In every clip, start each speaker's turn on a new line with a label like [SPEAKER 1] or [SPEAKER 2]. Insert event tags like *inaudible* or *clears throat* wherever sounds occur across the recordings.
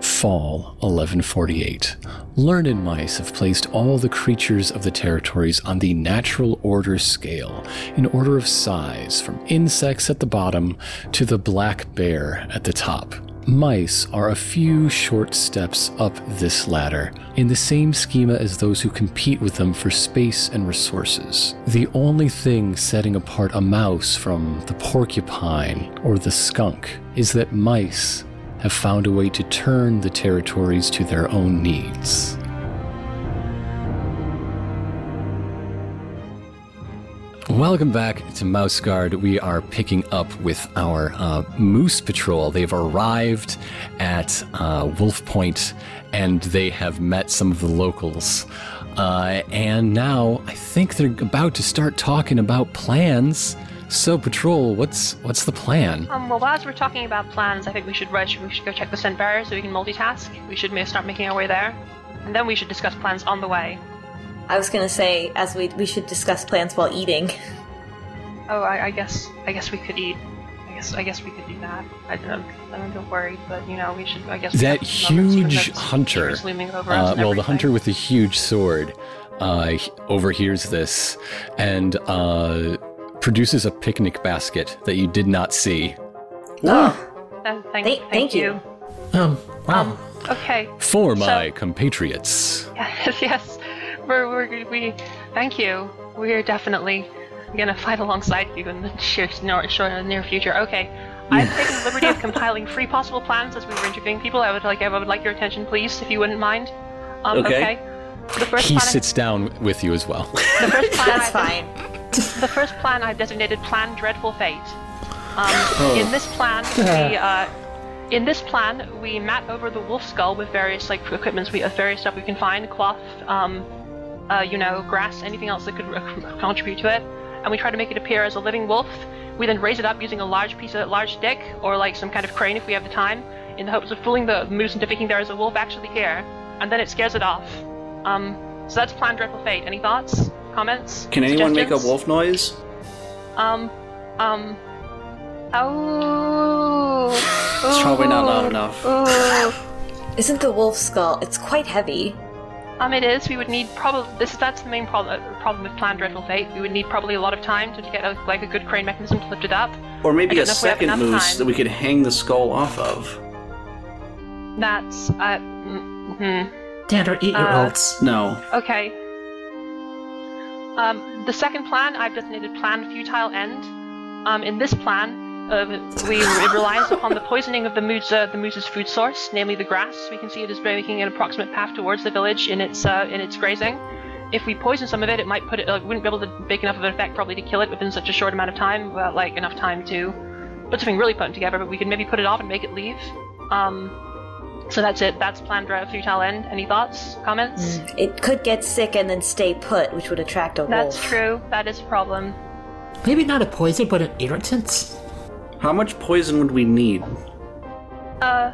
[SPEAKER 1] fall 1148, learned mice have placed all the creatures of the territories on the natural order scale, in order of size, from insects at the bottom to the black bear at the top. Mice are a few short steps up this ladder, in the same schema as those who compete with them for space and resources. The only thing setting apart a mouse from the porcupine or the skunk is that mice have found a way to turn the territories to their own needs. Welcome back to Mouse Guard. We are picking up with our uh, Moose Patrol. They've arrived at uh, Wolf Point and they have met some of the locals. Uh, and now I think they're about to start talking about plans. So, Patrol, what's what's the plan?
[SPEAKER 2] Um, well, as we're talking about plans, I think we should rush. We should go check the scent barrier so we can multitask. We should may start making our way there, and then we should discuss plans on the way.
[SPEAKER 3] I was gonna say, as we we should discuss plans
[SPEAKER 2] *laughs*
[SPEAKER 3] while eating.
[SPEAKER 2] Oh, I, I guess I guess we could eat. I guess I guess we could do that. I don't I'm a bit worried, but you know we should. I guess we
[SPEAKER 1] That
[SPEAKER 2] have some moments where
[SPEAKER 1] huge
[SPEAKER 2] that's-
[SPEAKER 1] hunter,
[SPEAKER 2] that's looming over us
[SPEAKER 1] Uh, well,
[SPEAKER 2] and
[SPEAKER 1] the
[SPEAKER 2] everything.
[SPEAKER 1] hunter with the huge sword uh, he- overhears this and uh, produces a picnic basket that you did not see.
[SPEAKER 3] Oh,
[SPEAKER 2] Uh, thank,
[SPEAKER 3] Thank-
[SPEAKER 2] thank
[SPEAKER 3] thank
[SPEAKER 2] you.
[SPEAKER 4] Um, wow.
[SPEAKER 2] Um, okay.
[SPEAKER 1] For
[SPEAKER 2] So-
[SPEAKER 1] my compatriots.
[SPEAKER 2] Yes, *laughs* yes. We're, we're, we thank you. We're definitely gonna fight alongside you in the sheer, near, short, near future. Okay. I've taken the liberty of compiling three possible plans as we were interviewing people. I would like I would like your attention, please, if you wouldn't mind. Um,
[SPEAKER 5] Okay.
[SPEAKER 2] okay. The first
[SPEAKER 1] He
[SPEAKER 2] plan. I-
[SPEAKER 1] sits down with you as
[SPEAKER 2] *laughs*
[SPEAKER 1] well.
[SPEAKER 2] the first plan.
[SPEAKER 3] that's
[SPEAKER 2] I-
[SPEAKER 3] fine.
[SPEAKER 2] The first plan I've designated Plan Dreadful Fate. Um, In this plan, we uh, in this plan we map over the wolf skull with various like equipments, we uh, various stuff we can find, cloth, um, uh, you know, grass, anything else that could uh, contribute to it, and we try to make it appear as a living wolf. We then raise it up using a large piece of large stick or like some kind of crane if we have the time, in the hopes of fooling the moose into thinking there is a wolf actually here, and then it scares it off. Um, so that's Plan Dreadful Fate. Any thoughts? Comments?
[SPEAKER 5] Can anyone make a
[SPEAKER 2] suggestions?
[SPEAKER 5] wolf noise?
[SPEAKER 2] Um, um. Oh.
[SPEAKER 5] It's probably not loud enough.
[SPEAKER 3] Isn't the wolf skull? It's quite heavy.
[SPEAKER 2] Um, it is. We would need probably this. That's the main problem. Problem with planned dreadful fate. We would need probably a lot of time to get a, like a good crane mechanism to lift it up.
[SPEAKER 5] Or
[SPEAKER 2] I
[SPEAKER 5] maybe
[SPEAKER 2] don't
[SPEAKER 5] a
[SPEAKER 2] know if we have
[SPEAKER 5] second
[SPEAKER 2] enough
[SPEAKER 5] moose
[SPEAKER 2] time.
[SPEAKER 5] that we could hang the skull off of.
[SPEAKER 2] That's uh. Mm-hmm.
[SPEAKER 4] Dad, or eat your
[SPEAKER 2] uh,
[SPEAKER 4] oats.
[SPEAKER 5] No.
[SPEAKER 2] Okay. Um, the second plan I've designated Plan Futile End. Um, in this plan, uh, we it relies upon the poisoning of the moose, uh, the moose's food source, namely the grass. We can see it is making an approximate path towards the village in its uh, in its grazing. If we poison some of it, it might put it uh, wouldn't be able to make enough of an effect probably to kill it within such a short amount of time, uh, like enough time to put something really potent together. But we could maybe put it off and make it leave. Um, so that's it. That's Plan Futile End. Any thoughts, comments?
[SPEAKER 3] It could get sick and then stay put, which would attract a wolf.
[SPEAKER 2] That's true. That is a problem.
[SPEAKER 4] Maybe not a poison, but an irritant.
[SPEAKER 5] How much poison would we need?
[SPEAKER 2] Uh,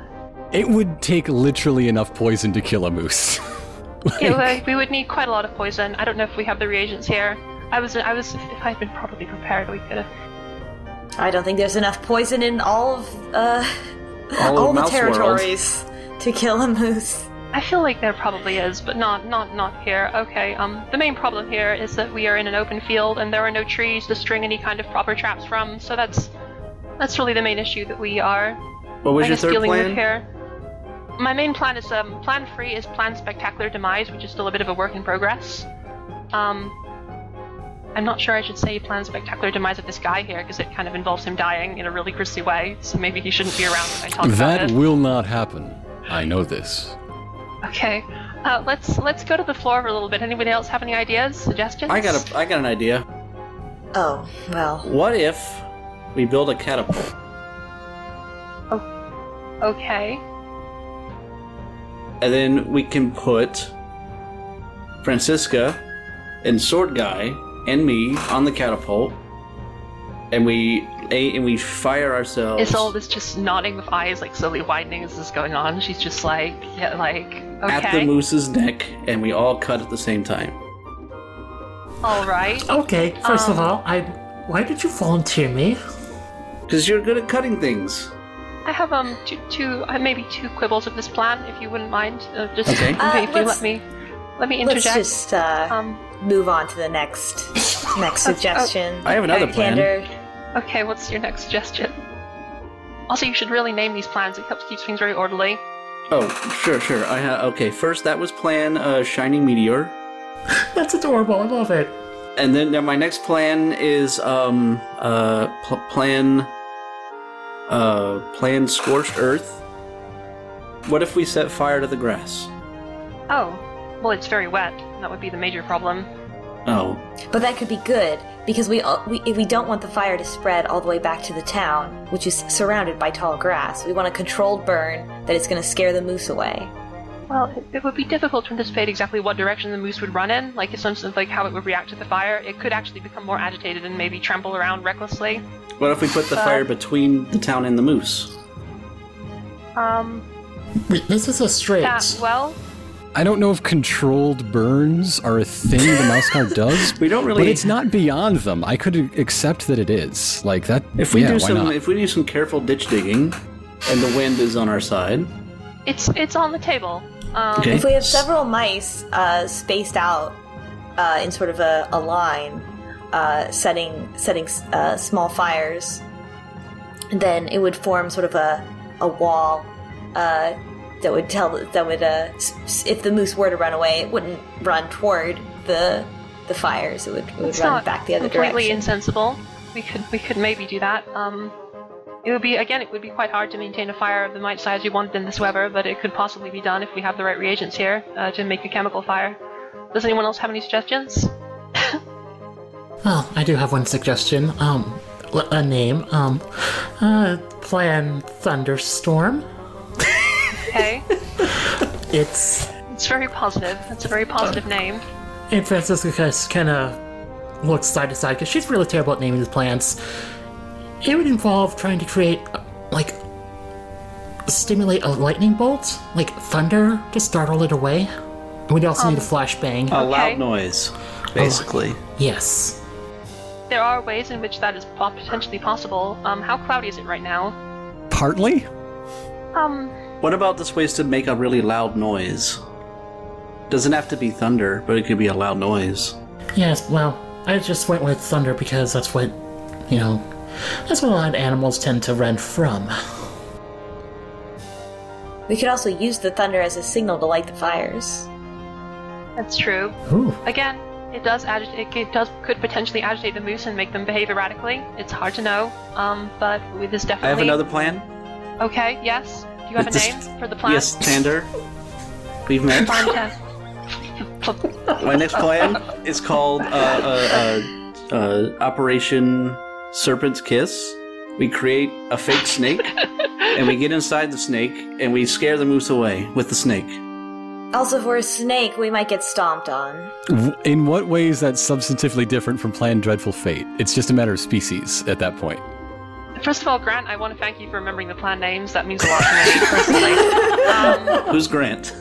[SPEAKER 1] It would take literally enough poison to kill a moose. *laughs*
[SPEAKER 2] yeah, well, we would need quite a lot of poison. I don't know if we have the reagents here. I was, I was, if I'd been properly prepared, we could have.
[SPEAKER 3] I don't think there's enough poison in all of uh, *laughs*
[SPEAKER 5] All
[SPEAKER 3] all,
[SPEAKER 5] of
[SPEAKER 3] the
[SPEAKER 5] Mouse World.
[SPEAKER 3] territories to kill a moose.
[SPEAKER 2] I feel like there probably is, but not, not, not here. Okay. Um, the main problem here is that we are in an open field and there are no trees to string any kind of proper traps from. So that's, that's really the main issue that we are.
[SPEAKER 5] What was
[SPEAKER 2] I
[SPEAKER 5] your
[SPEAKER 2] guess
[SPEAKER 5] third
[SPEAKER 2] dealing
[SPEAKER 5] plan?
[SPEAKER 2] with here. My main plan is um, plan three is plan spectacular demise, which is still a bit of a work in progress. Um, I'm not sure I should say plan spectacular demise of this guy here because it kind of involves him dying in a really grisly way. So maybe he shouldn't be around when I talk
[SPEAKER 1] that
[SPEAKER 2] about it.
[SPEAKER 1] will not happen. I know this.
[SPEAKER 2] okay, uh, let's let's go to the floor for a little bit. Anybody else have any ideas, suggestions?
[SPEAKER 5] I got a I got an idea.
[SPEAKER 3] Oh well,
[SPEAKER 5] What if we build a catapult?
[SPEAKER 2] Okay.
[SPEAKER 5] And then we can put Francisca and Sword Guy and me on the catapult. And we a and we fire ourselves.
[SPEAKER 2] Isolde is just nodding with eyes like slowly widening as this is going on. She's just like, yeah, like,
[SPEAKER 5] at the
[SPEAKER 2] okay,
[SPEAKER 5] moose's neck, and we all cut at the same time.
[SPEAKER 2] all right.
[SPEAKER 4] Okay, first of
[SPEAKER 2] Um,
[SPEAKER 4] all, I. Why did you volunteer me?
[SPEAKER 5] Because you're good at cutting things.
[SPEAKER 2] I have um two, two uh, maybe two quibbles of this plan, if you wouldn't mind. Uh, just
[SPEAKER 5] Okay.
[SPEAKER 2] if
[SPEAKER 3] Uh,
[SPEAKER 2] you- if you
[SPEAKER 3] let's-
[SPEAKER 2] let me let me
[SPEAKER 3] Let's
[SPEAKER 2] interject.
[SPEAKER 3] just uh,
[SPEAKER 2] Um, Oh,
[SPEAKER 3] move on to the next next
[SPEAKER 2] *laughs*
[SPEAKER 3] suggestion.
[SPEAKER 5] I have another plan.
[SPEAKER 3] Pander.
[SPEAKER 2] okay, what's your next suggestion? Also, you should really name these plans. It helps keep things very orderly.
[SPEAKER 5] Oh, sure, sure. I ha- okay. First, that was plan uh, shining meteor,
[SPEAKER 4] That's adorable. I love it.
[SPEAKER 5] and then now my next plan is um uh pl- plan uh plan scorched earth. What if we set fire to the grass?
[SPEAKER 2] Oh, well, it's very wet. That would be the major problem.
[SPEAKER 5] Oh,
[SPEAKER 3] But that could be good because we all, we we don't want the fire to spread all the way back to the town, which is surrounded by tall grass. We want a controlled burn that is going to scare the moose away.
[SPEAKER 2] Well, it, it would be difficult to anticipate exactly what direction the moose would run in, like in terms of like how it would react to the fire. It could actually become more agitated and maybe trample around recklessly.
[SPEAKER 5] what if we put the fire between the town and the moose?
[SPEAKER 2] Um,
[SPEAKER 4] Wait, this is a stretch.
[SPEAKER 2] yeah, well,
[SPEAKER 1] I don't know if controlled burns are a thing the mouse guard
[SPEAKER 2] *laughs*
[SPEAKER 1] does.
[SPEAKER 5] We don't really-
[SPEAKER 1] But it's not beyond them. I could accept that it is. Like that.
[SPEAKER 5] If we
[SPEAKER 1] yeah,
[SPEAKER 5] do
[SPEAKER 1] why
[SPEAKER 5] some,
[SPEAKER 1] not?
[SPEAKER 5] if we do some careful ditch digging, and the wind is on our side.
[SPEAKER 2] it's it's on the table. Um,
[SPEAKER 5] Okay.
[SPEAKER 3] If we have several mice uh, spaced out uh, in sort of a, a line, uh, setting setting uh, small fires, then it would form sort of a a wall uh, that would tell that would uh, s- s- if the moose were to run away, it wouldn't run toward the the fires. It would, it would
[SPEAKER 2] it's
[SPEAKER 3] run
[SPEAKER 2] not
[SPEAKER 3] back the other
[SPEAKER 2] completely
[SPEAKER 3] direction.
[SPEAKER 2] insensible. We could we could maybe do that. Um, it would be again, it would be quite hard to maintain a fire of the might size we want in this weather, but it could possibly be done if we have the right reagents here uh, to make a chemical fire. Does anyone else have any suggestions?
[SPEAKER 4] Oh, I do have one suggestion. Um, l- a name. Um, uh, plan thunderstorm.
[SPEAKER 3] *laughs*
[SPEAKER 2] Okay,
[SPEAKER 4] It's
[SPEAKER 2] it's very positive. It's a very positive name.
[SPEAKER 4] and Francisca kind of looks side to side because she's really terrible at naming these plants. It would involve trying to create uh, like stimulate a lightning bolt, like thunder, to startle it away. And We'd also need a flashbang.
[SPEAKER 5] A
[SPEAKER 2] Okay.
[SPEAKER 5] loud noise, basically.
[SPEAKER 4] yes.
[SPEAKER 2] There are ways in which that is po- potentially possible. Um, how cloudy is it right now?
[SPEAKER 1] Partly.
[SPEAKER 2] Um,
[SPEAKER 5] What about this ways to make a really loud noise? Doesn't have to be thunder, but it could be a loud noise.
[SPEAKER 4] Yes. Well, I just went with thunder because that's what you know. That's what a lot of animals tend to run from.
[SPEAKER 3] We could also use the thunder as a signal to light the fires.
[SPEAKER 2] that's true.
[SPEAKER 4] Ooh.
[SPEAKER 2] Again, it does agitate. It does could potentially agitate the moose and make them behave erratically. It's hard to know. Um, but with this definitely.
[SPEAKER 5] I have another plan.
[SPEAKER 2] Okay. Yes. Do you have a
[SPEAKER 5] Just-
[SPEAKER 2] name for the plan? *laughs*
[SPEAKER 5] Yes, Tander. We've met.
[SPEAKER 2] Plan test.
[SPEAKER 5] *laughs* My next plan is called uh, uh, uh, uh, Operation Serpent's Kiss. We create a
[SPEAKER 2] *laughs*
[SPEAKER 5] fake snake, and we get inside the snake, and we scare the moose away with the snake.
[SPEAKER 3] Also, if we're a snake, we might get stomped on.
[SPEAKER 1] W- In what way is that substantively different from Plan Dreadful Fate? It's just a matter of species at that point.
[SPEAKER 2] First of all, Grant, I want to thank you for remembering the plan names. That means a lot to me
[SPEAKER 5] *laughs*
[SPEAKER 2] personally. Um,
[SPEAKER 5] Who's Grant?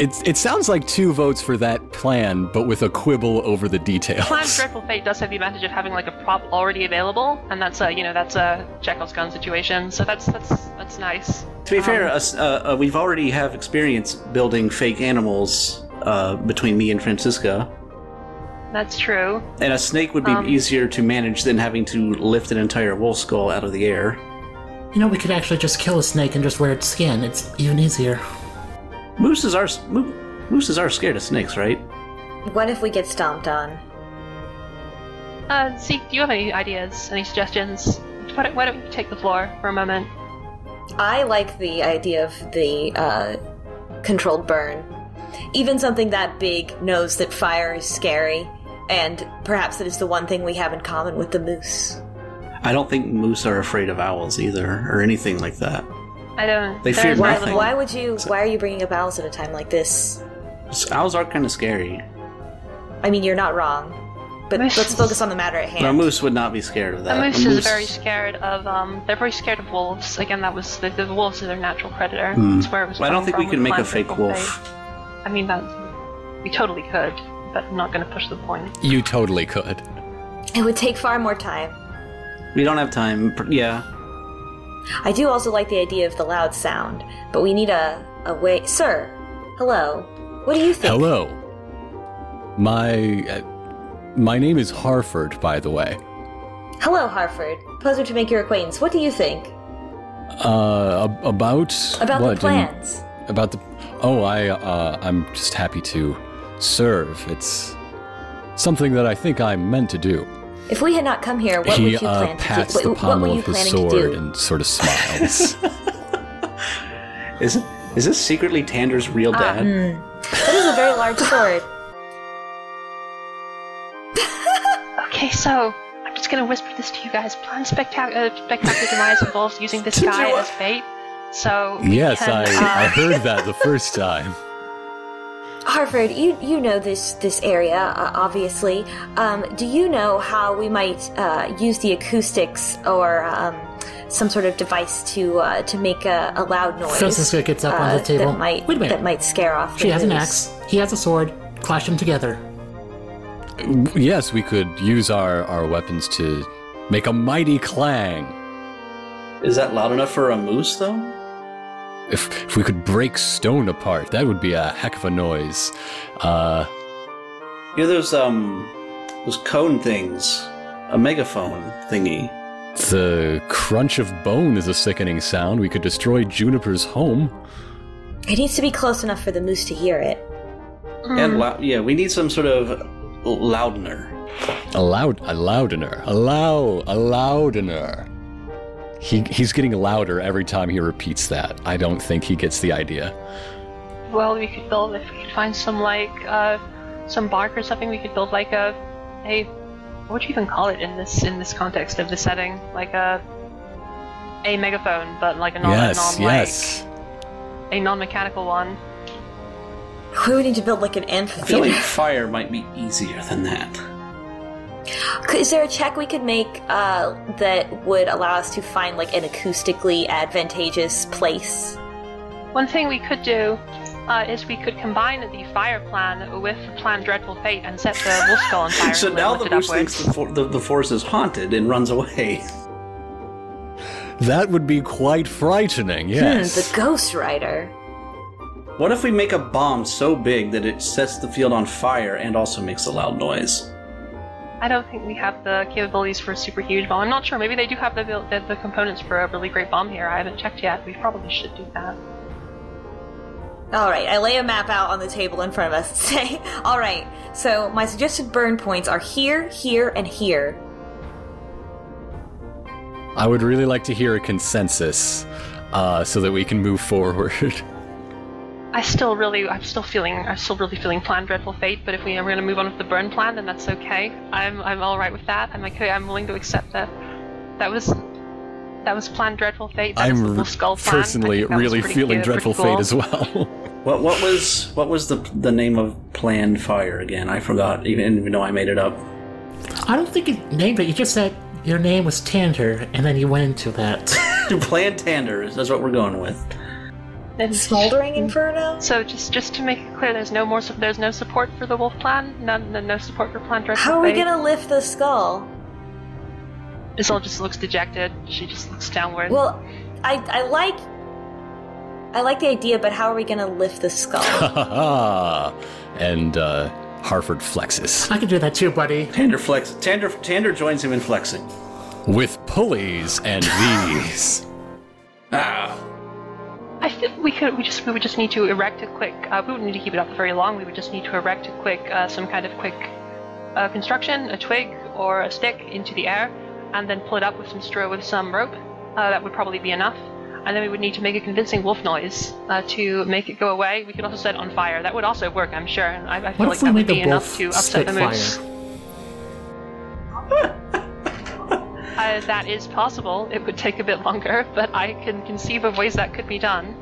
[SPEAKER 1] It, it sounds like two votes for that plan, but with a quibble over the details.
[SPEAKER 2] Plan Dreadful Fate does have the advantage of having like a prop already available, and that's a you know that's a Chekhov's gun situation. So that's that's that's nice.
[SPEAKER 5] To be
[SPEAKER 2] Um.
[SPEAKER 5] fair, us, uh, uh, we've already have experience building fake animals uh, between me and Francisca,
[SPEAKER 2] That's true.
[SPEAKER 5] and a snake would be
[SPEAKER 2] Um,
[SPEAKER 5] easier to manage than having to lift an entire wolf skull out of the air.
[SPEAKER 4] You know, we could actually just kill a snake and just wear its skin. It's even easier.
[SPEAKER 5] Mooses are s- mo- mooses are scared of snakes, right?
[SPEAKER 3] What if we get stomped on?
[SPEAKER 2] Uh, Zeke, do you have any ideas, any suggestions? Why don't, why don't you take the floor for a moment?
[SPEAKER 3] I like the idea of the uh, controlled burn. Even something that big knows that fire is scary, and perhaps it is the one thing we have in common with the moose.
[SPEAKER 5] I don't think moose are afraid of owls either, or anything like that.
[SPEAKER 2] I don't.
[SPEAKER 5] They
[SPEAKER 2] there's
[SPEAKER 5] fear
[SPEAKER 2] very
[SPEAKER 3] Why,
[SPEAKER 5] Nothing.
[SPEAKER 2] little-
[SPEAKER 3] why would you? Why are you bringing up owls at a time like this?
[SPEAKER 5] S- Owls are kind of scary.
[SPEAKER 3] I mean, you're not wrong, but
[SPEAKER 2] Moose
[SPEAKER 3] let's
[SPEAKER 2] is-
[SPEAKER 3] focus on the matter at hand.
[SPEAKER 5] A moose would not be scared of
[SPEAKER 2] The
[SPEAKER 5] that.
[SPEAKER 2] moose is very scared of. Um, they're very scared of wolves. Again, that was the, the wolves are their natural predator. That's where it was.
[SPEAKER 5] I don't
[SPEAKER 2] coming
[SPEAKER 5] think we
[SPEAKER 2] from
[SPEAKER 5] can
[SPEAKER 2] with
[SPEAKER 5] make a
[SPEAKER 2] Plan
[SPEAKER 5] fake
[SPEAKER 2] Dreadful
[SPEAKER 5] wolf.
[SPEAKER 2] Fate. I mean, that we totally could, but I'm not going to push the point.
[SPEAKER 1] *laughs* You totally could.
[SPEAKER 3] It would take far more time.
[SPEAKER 5] We don't have time. pr- Yeah.
[SPEAKER 3] I do also like the idea of the loud sound, but we need a, a way. Sir, hello. What do you think?
[SPEAKER 1] Hello. My uh, my name is Harford, by the way.
[SPEAKER 3] Hello, Harford. Pleasure to make your acquaintance. What do you think
[SPEAKER 1] Uh, ab- about
[SPEAKER 3] about
[SPEAKER 1] what?
[SPEAKER 3] the plans?
[SPEAKER 1] And about the oh, I uh, I'm just happy to serve. It's something that I think I'm meant to do.
[SPEAKER 3] If we had not come here, what
[SPEAKER 1] he
[SPEAKER 3] would you
[SPEAKER 1] uh,
[SPEAKER 3] plan
[SPEAKER 1] pats
[SPEAKER 3] to do?
[SPEAKER 1] the
[SPEAKER 3] What- what were
[SPEAKER 1] pommel
[SPEAKER 3] you
[SPEAKER 1] of his
[SPEAKER 3] planning
[SPEAKER 1] sword
[SPEAKER 3] to do?
[SPEAKER 1] and sort of smiles.
[SPEAKER 3] *laughs*
[SPEAKER 5] Is is this secretly Tander's real
[SPEAKER 2] Ah.
[SPEAKER 5] dad?
[SPEAKER 3] That is a very large *gasps* sword.
[SPEAKER 2] Okay, so I'm just gonna whisper this to you guys. Plan spectac- uh, spectacular demise involves using this guy as bait. So we
[SPEAKER 1] yes,
[SPEAKER 2] can,
[SPEAKER 1] I
[SPEAKER 2] uh,
[SPEAKER 1] I heard that the first time.
[SPEAKER 3] Harford, you you know this this area uh, obviously. Um, do you know how we might uh, use the acoustics or um, some sort of device to uh, to make a, a loud noise? uh,
[SPEAKER 4] Francisca gets up on the table.
[SPEAKER 3] That might
[SPEAKER 4] Wait a minute.
[SPEAKER 3] that might scare off. the
[SPEAKER 4] She has an
[SPEAKER 3] moose.
[SPEAKER 4] axe. He has a sword. Clash them together.
[SPEAKER 1] Yes, we could use our our weapons to make a mighty clang.
[SPEAKER 5] Is that loud enough for a moose though?
[SPEAKER 1] If, if we could break stone apart, that would be a heck of a noise. Uh,
[SPEAKER 5] You know those um those cone things, a megaphone thingy.
[SPEAKER 1] the crunch of bone is a sickening sound. We could destroy Juniper's home.
[SPEAKER 3] It needs to be close enough for the moose to hear it.
[SPEAKER 5] And
[SPEAKER 2] Mm.
[SPEAKER 5] lou- yeah, we need some sort of l- loudener.
[SPEAKER 1] A loud, a loudener, a loud, a loudener. He, he's getting louder every time he repeats that. I don't think he gets the idea.
[SPEAKER 2] well, we could build if we could find some like uh, some bark or something. We could build like a a what do you even call it in this in this context of the setting? Like a a megaphone, but like a non
[SPEAKER 1] yes,
[SPEAKER 2] non like
[SPEAKER 1] yes.
[SPEAKER 2] a non mechanical one.
[SPEAKER 3] We would need to build like an
[SPEAKER 5] I feel like
[SPEAKER 3] amphitheater.
[SPEAKER 5] fire might be easier than that.
[SPEAKER 3] Is there a check we could make uh, that would allow us to find like an acoustically advantageous place?
[SPEAKER 2] One thing we could do uh, is we could combine the fire plan with the plan Dreadful Fate and set the wolf skull
[SPEAKER 5] *laughs*
[SPEAKER 2] on fire.
[SPEAKER 5] So
[SPEAKER 2] and
[SPEAKER 5] now
[SPEAKER 2] lift
[SPEAKER 5] the
[SPEAKER 2] it
[SPEAKER 5] moose thinks
[SPEAKER 2] upwards.
[SPEAKER 5] the, for- the, the forest is haunted and runs away.
[SPEAKER 1] That would be quite frightening, yes.
[SPEAKER 3] Hmm, the Ghost Rider.
[SPEAKER 5] What if we make a bomb so big that it sets the field on fire and also makes a loud noise?
[SPEAKER 2] I don't think we have the capabilities for a super huge bomb. I'm not sure. Maybe they do have the, buil- the the components for a really great bomb here. I haven't checked yet. We probably should do that.
[SPEAKER 3] All right, I lay a map out on the table in front of us *laughs* and say, "All right, so my suggested burn points are here, here, and here."
[SPEAKER 1] I would really like to hear a consensus uh, so that we can move forward.
[SPEAKER 2] I still really, I'm still feeling, I'm still really feeling plan dreadful fate. But if we are going to move on with the burn plan, then that's okay. I'm, I'm all right with that. I'm okay. I'm willing to accept that. That was, that was plan dreadful fate. That was the
[SPEAKER 1] I'm
[SPEAKER 2] Wolf skull plan. I
[SPEAKER 1] personally
[SPEAKER 2] think that was
[SPEAKER 1] really
[SPEAKER 2] pretty
[SPEAKER 1] feeling
[SPEAKER 2] good,
[SPEAKER 1] dreadful
[SPEAKER 2] pretty
[SPEAKER 1] fate
[SPEAKER 2] cool.
[SPEAKER 1] as well.
[SPEAKER 5] What what was what was the the name of planned fire again? I forgot, even even though I made it up. *laughs*
[SPEAKER 4] I don't think you named it. You just said your name was Tander, and then you went into that. *laughs*
[SPEAKER 5] planned Tander, that's what we're going with.
[SPEAKER 2] And
[SPEAKER 3] Smoldering Inferno.
[SPEAKER 2] So just, just to make it clear, there's no more, su- there's no support for the wolf plan. None, no- no support for plan dreadful
[SPEAKER 3] How are we
[SPEAKER 2] fate.
[SPEAKER 3] gonna lift the skull?
[SPEAKER 2] Isolde just looks dejected. She just looks downward.
[SPEAKER 3] Well, I, I like, I like the idea, but how are we gonna lift the skull?
[SPEAKER 1] *laughs* and uh, Harford flexes
[SPEAKER 4] I can do that too, buddy.
[SPEAKER 5] Tander flex. Tander Tander joins him in flexing.
[SPEAKER 1] with pulleys
[SPEAKER 2] *laughs*
[SPEAKER 1] and these.
[SPEAKER 5] Ah,
[SPEAKER 2] I think we could. We just we would just need to erect a quick. Uh, we wouldn't need to keep it up very long. We would just need to erect a quick, uh, some kind of quick uh, construction, a twig or a stick into the air, and then pull it up with some straw with some rope. Uh, that would probably be enough. And then we would need to make a convincing wolf noise uh, to make it go away. We could also set it on fire. That would also work, I'm sure. And I, I feel
[SPEAKER 4] What
[SPEAKER 2] like
[SPEAKER 4] if we
[SPEAKER 2] that would
[SPEAKER 4] made the
[SPEAKER 2] be enough
[SPEAKER 4] wolf
[SPEAKER 2] to upset
[SPEAKER 4] spit
[SPEAKER 2] the
[SPEAKER 4] fire?
[SPEAKER 2] moose. Uh, that is possible. It would take a bit longer, *laughs* but I can conceive of ways that could be done.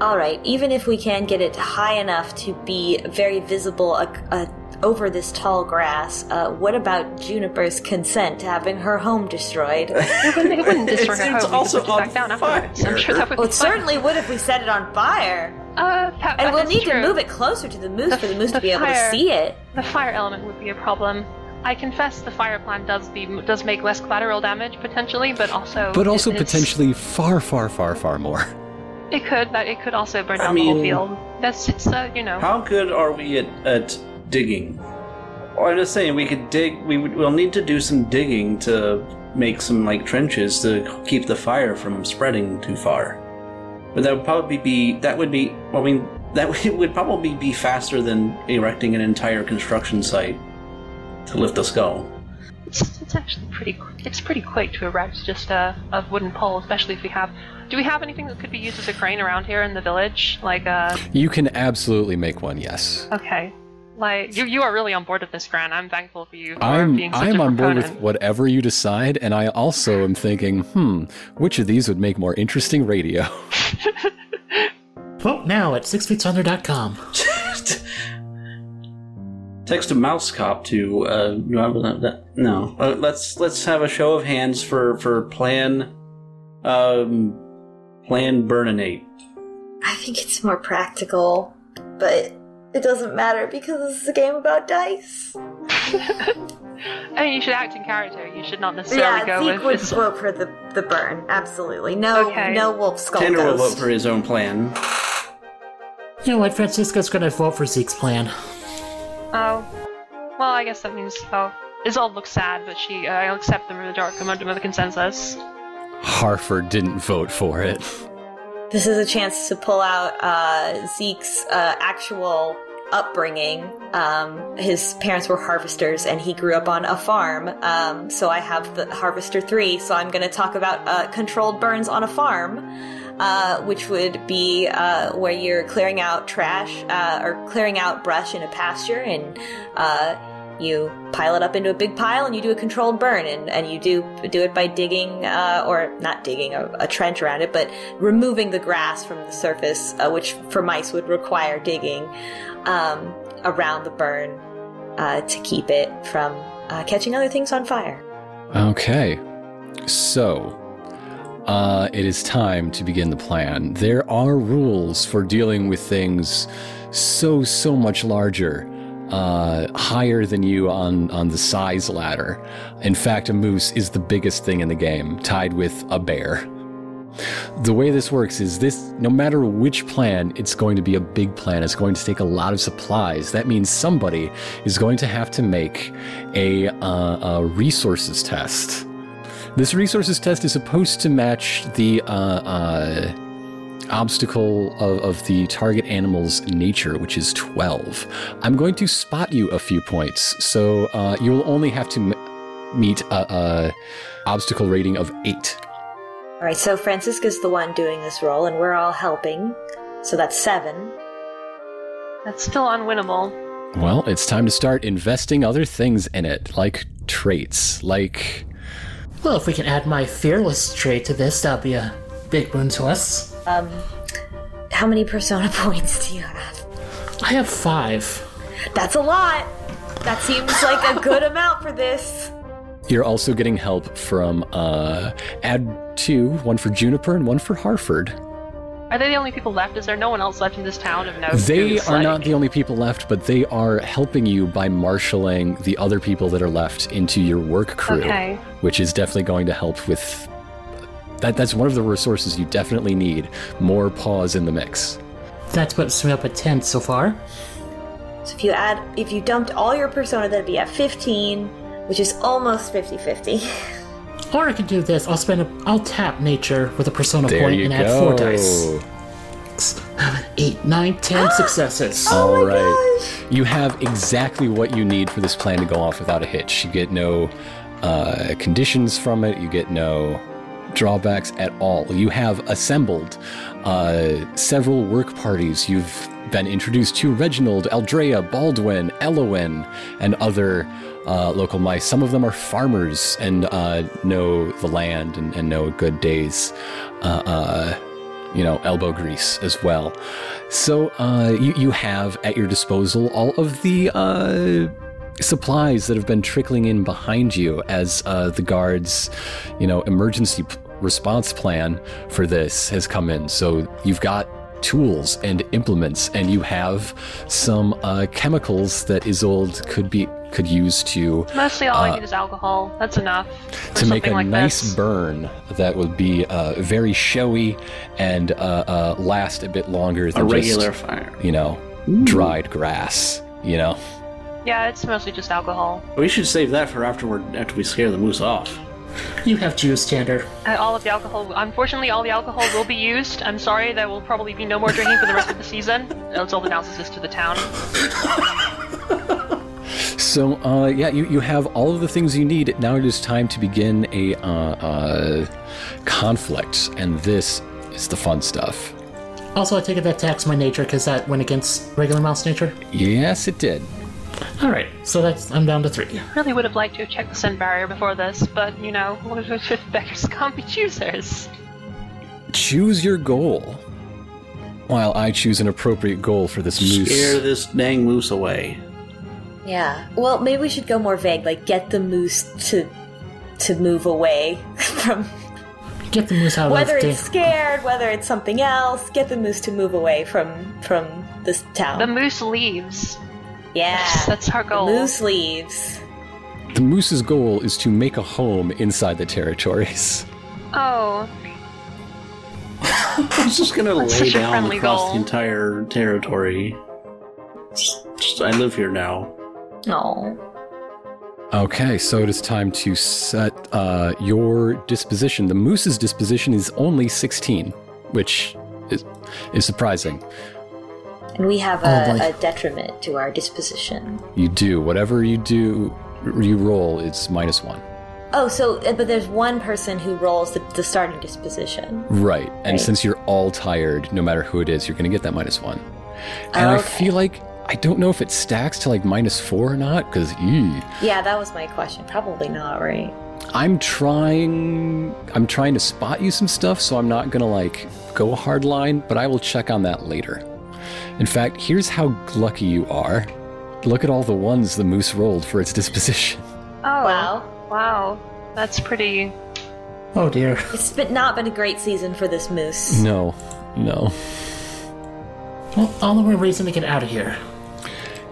[SPEAKER 3] All right, even if we can get it high enough to be very visible uh, uh, over this tall grass, uh, what about Juniper's consent to having her home
[SPEAKER 2] *laughs*
[SPEAKER 3] destroyed?
[SPEAKER 2] It
[SPEAKER 5] *laughs*
[SPEAKER 2] wouldn't
[SPEAKER 5] It
[SPEAKER 2] destroy her
[SPEAKER 5] seems
[SPEAKER 2] home.
[SPEAKER 5] also
[SPEAKER 2] it would
[SPEAKER 5] on
[SPEAKER 2] back down afterwards. I'm sure that would
[SPEAKER 3] well,
[SPEAKER 2] be
[SPEAKER 3] it
[SPEAKER 2] fine.
[SPEAKER 3] certainly would if we set it on fire.
[SPEAKER 2] Uh, that,
[SPEAKER 3] And
[SPEAKER 2] that
[SPEAKER 3] we'll
[SPEAKER 2] is
[SPEAKER 3] need
[SPEAKER 2] true.
[SPEAKER 3] to move it closer to the moose
[SPEAKER 2] The-
[SPEAKER 3] for the moose
[SPEAKER 2] the
[SPEAKER 3] to be able
[SPEAKER 2] fire.
[SPEAKER 3] to see it.
[SPEAKER 2] The fire element would be a problem. I confess the fire plan does be does make less collateral damage potentially, but also
[SPEAKER 1] but also
[SPEAKER 2] it- it's-
[SPEAKER 1] potentially far, far, far, far more. *laughs*
[SPEAKER 2] it could that it could also burn
[SPEAKER 5] I
[SPEAKER 2] down the whole
[SPEAKER 5] mean-
[SPEAKER 2] field. That's it's uh, you know
[SPEAKER 5] How good are we at, at digging? Well, I'm just saying we could dig. We would, we'll need to do some digging to make some like trenches to keep the fire from spreading too far. But that would probably be that would be. I mean, that *laughs* would- would probably be faster than erecting an entire construction site to lift a skull.
[SPEAKER 2] it's, it's actually pretty qu- it's pretty quick to erect just a, a wooden pole, especially if we have. Do we have anything that could be used as a crane around here in the village? Like uh
[SPEAKER 1] You can absolutely make one, yes.
[SPEAKER 2] okay. Like you, you are really on board with this, Gran. I'm thankful for you for
[SPEAKER 1] I'm
[SPEAKER 2] being such
[SPEAKER 1] I'm
[SPEAKER 2] a
[SPEAKER 1] on board with
[SPEAKER 2] proponent.
[SPEAKER 1] whatever you decide, and I also am thinking, hmm, which of these would make more interesting radio? *laughs*
[SPEAKER 4] Vote now at sixfeetsunder.com.
[SPEAKER 5] Text a mouse cop to uh, no. Uh, let's let's have a show of hands for for plan, um, plan burninate.
[SPEAKER 3] I think it's more practical, but it doesn't matter because this is a game about dice.
[SPEAKER 2] I mean, you should act in character. You should not necessarily
[SPEAKER 3] yeah,
[SPEAKER 2] go
[SPEAKER 3] Zeke
[SPEAKER 2] with.
[SPEAKER 3] would
[SPEAKER 2] it's-
[SPEAKER 3] vote for the, the burn. Absolutely. No
[SPEAKER 2] Okay.
[SPEAKER 3] no wolf skull
[SPEAKER 5] Tanner will
[SPEAKER 3] ghost.
[SPEAKER 5] vote for his own plan.
[SPEAKER 4] You know what? Francisco's gonna vote for Zeke's plan.
[SPEAKER 2] Oh. Well, I guess that means. Oh. Isolde looks sad, but she. Uh, I'll accept the majority under the consensus.
[SPEAKER 1] Harford didn't vote for it.
[SPEAKER 3] This is a chance to pull out uh, Zeke's uh, actual upbringing. Um, his parents were harvesters, and he grew up on a farm. Um, so I have the Harvester Three. So I'm going to talk about uh, controlled burns on a farm, uh, which would be uh, where you're clearing out trash uh, or clearing out brush in a pasture, and uh, you pile it up into a big pile, and you do a controlled burn, and, and you do do it by digging uh, or not digging a, a trench around it, but removing the grass from the surface, uh, which for mice would require digging um, around the burn uh, to keep it from uh, catching other things on fire.
[SPEAKER 1] Okay. So, uh, it is time to begin the plan. There are rules for dealing with things so, so much larger, uh, higher than you on, on the size ladder. In fact, a moose is the biggest thing in the game, tied with a bear. The way this works is this no matter which plan, it's going to be a big plan. It's going to take a lot of supplies. That means somebody is going to have to make a, uh, a resources test. This resources test is supposed to match the uh, uh, obstacle of, of the target animal's nature, which is 12. I'm going to spot you a few points, so uh, you'll only have to m- meet a, a obstacle rating of 8.
[SPEAKER 3] All right, so Francisca's the one doing this role, and we're all helping. So that's seven.
[SPEAKER 2] That's still unwinnable.
[SPEAKER 1] Well, it's time to start investing other things in it, like traits, like
[SPEAKER 4] Well, if we can add my fearless trait to this, that'll be a big boon to us.
[SPEAKER 3] Um, how many persona *laughs* points do you have?
[SPEAKER 4] I have five.
[SPEAKER 3] That's a lot. That seems like a good amount for this.
[SPEAKER 1] You're also getting help from uh, add two, one for Juniper and one for Harford.
[SPEAKER 2] Are they the only people left? Is there no one else left in this town of note?
[SPEAKER 1] They
[SPEAKER 2] who's,
[SPEAKER 1] are
[SPEAKER 2] like-
[SPEAKER 1] not the only people left, but they are helping you by marshaling the other people that are left into your work crew,
[SPEAKER 2] Okay.
[SPEAKER 1] which is definitely going to help with that. That's one of the resources you definitely need. More paws in the mix.
[SPEAKER 4] That puts me up at ten so far.
[SPEAKER 3] So if you add, if you dumped all your persona, that'd be at 15, which is almost 50 *laughs* 50.
[SPEAKER 4] Or I can do this. I'll spend. A, I'll tap nature with a persona
[SPEAKER 1] There
[SPEAKER 4] point
[SPEAKER 1] you
[SPEAKER 4] and
[SPEAKER 1] go.
[SPEAKER 4] add four dice. Eight, nine, ten successes.
[SPEAKER 1] All
[SPEAKER 3] Oh my
[SPEAKER 1] right. You have exactly what you need for this plan to go off without a hitch. You get no uh, conditions from it, you get no drawbacks at all. You have assembled uh, several work parties. You've been introduced to Reginald, Aldrea, Baldwin, Elowin, and other uh, local mice. Some of them are farmers and uh, know the land and, and know good days. Uh, uh, you know, elbow grease as well. So uh, you, you have at your disposal all of the uh, supplies that have been trickling in behind you as uh, the guards, you know, emergency p- response plan for this has come in. So you've got tools and implements, and you have some uh, chemicals that Isold could be could use to
[SPEAKER 2] Mostly all I need is alcohol. That's enough. for
[SPEAKER 1] uh, to make
[SPEAKER 2] something
[SPEAKER 1] a
[SPEAKER 2] like
[SPEAKER 1] nice
[SPEAKER 2] this.
[SPEAKER 1] burn that would be uh, very showy and uh, uh, last a bit longer
[SPEAKER 5] A
[SPEAKER 1] than
[SPEAKER 5] regular
[SPEAKER 1] just
[SPEAKER 5] fire.
[SPEAKER 1] you know dried grass. You know,
[SPEAKER 2] Yeah, it's mostly just alcohol.
[SPEAKER 5] We should save that for afterward after we scare the moose off.
[SPEAKER 4] You have juice, Tander.
[SPEAKER 2] Uh, all of the alcohol, unfortunately, all the alcohol will be used. I'm sorry, there will probably be no more drinking for the rest of the season. That's all the analysis is to the town.
[SPEAKER 1] so uh, yeah, you, you have all of the things you need. Now it is time to begin a uh, uh, conflict, and this is the fun stuff.
[SPEAKER 4] Also, I take it that taxed my nature because that went against regular mouse nature.
[SPEAKER 1] Yes, it did.
[SPEAKER 4] All right, so that's I'm down to three.
[SPEAKER 2] Really would have liked to have checked the scent barrier before this, but you know, *laughs* beggars can't be choosers.
[SPEAKER 1] Choose your goal. While I choose an appropriate goal for this moose.
[SPEAKER 5] Scare this dang moose *laughs* away.
[SPEAKER 3] Yeah. Well, maybe we should go more vague, like get the moose to to move away *laughs* from
[SPEAKER 4] Get the moose out
[SPEAKER 3] whether
[SPEAKER 4] of the
[SPEAKER 3] it's scared, whether it's something else. Get the moose to move away from from this town.
[SPEAKER 2] The moose leaves.
[SPEAKER 3] yeah,
[SPEAKER 2] That's our
[SPEAKER 3] the
[SPEAKER 2] goal.
[SPEAKER 3] moose leaves.
[SPEAKER 1] The moose's goal is to make a home inside the territories.
[SPEAKER 2] Oh,
[SPEAKER 5] I'm just gonna
[SPEAKER 2] That's
[SPEAKER 5] lay
[SPEAKER 2] such a
[SPEAKER 5] down
[SPEAKER 2] friendly
[SPEAKER 5] across
[SPEAKER 2] goal.
[SPEAKER 5] the entire territory. Just, just- I live here now.
[SPEAKER 3] No.
[SPEAKER 1] Okay, so it is time to set uh, your disposition. The moose's disposition is only 16, which is, is surprising.
[SPEAKER 3] And we have
[SPEAKER 4] Oh, boy.
[SPEAKER 3] a, a detriment to our disposition.
[SPEAKER 1] You do. Whatever you do, you roll, it's minus one.
[SPEAKER 3] Oh, so uh, but there's one person who rolls the, the starting disposition.
[SPEAKER 1] Right. And
[SPEAKER 3] Right.
[SPEAKER 1] since you're all tired, no matter who it is, you're going to get that minus one. And I
[SPEAKER 3] Okay.
[SPEAKER 1] feel like I don't know if it stacks to like minus four or not, because
[SPEAKER 3] Yeah, that was my question. Probably not, right?
[SPEAKER 1] I'm trying. I'm trying to spot you some stuff, so I'm not going to like go hard line, but I will check on that later. In fact, here's how lucky you are. Look at all the ones the moose rolled for its disposition. *laughs*
[SPEAKER 2] oh,
[SPEAKER 3] Wow.
[SPEAKER 2] wow, that's pretty.
[SPEAKER 4] dam. Oh dear.
[SPEAKER 3] It's been, not been a great season for this moose.
[SPEAKER 1] No, no.
[SPEAKER 4] Well, all the more reason to get out of here.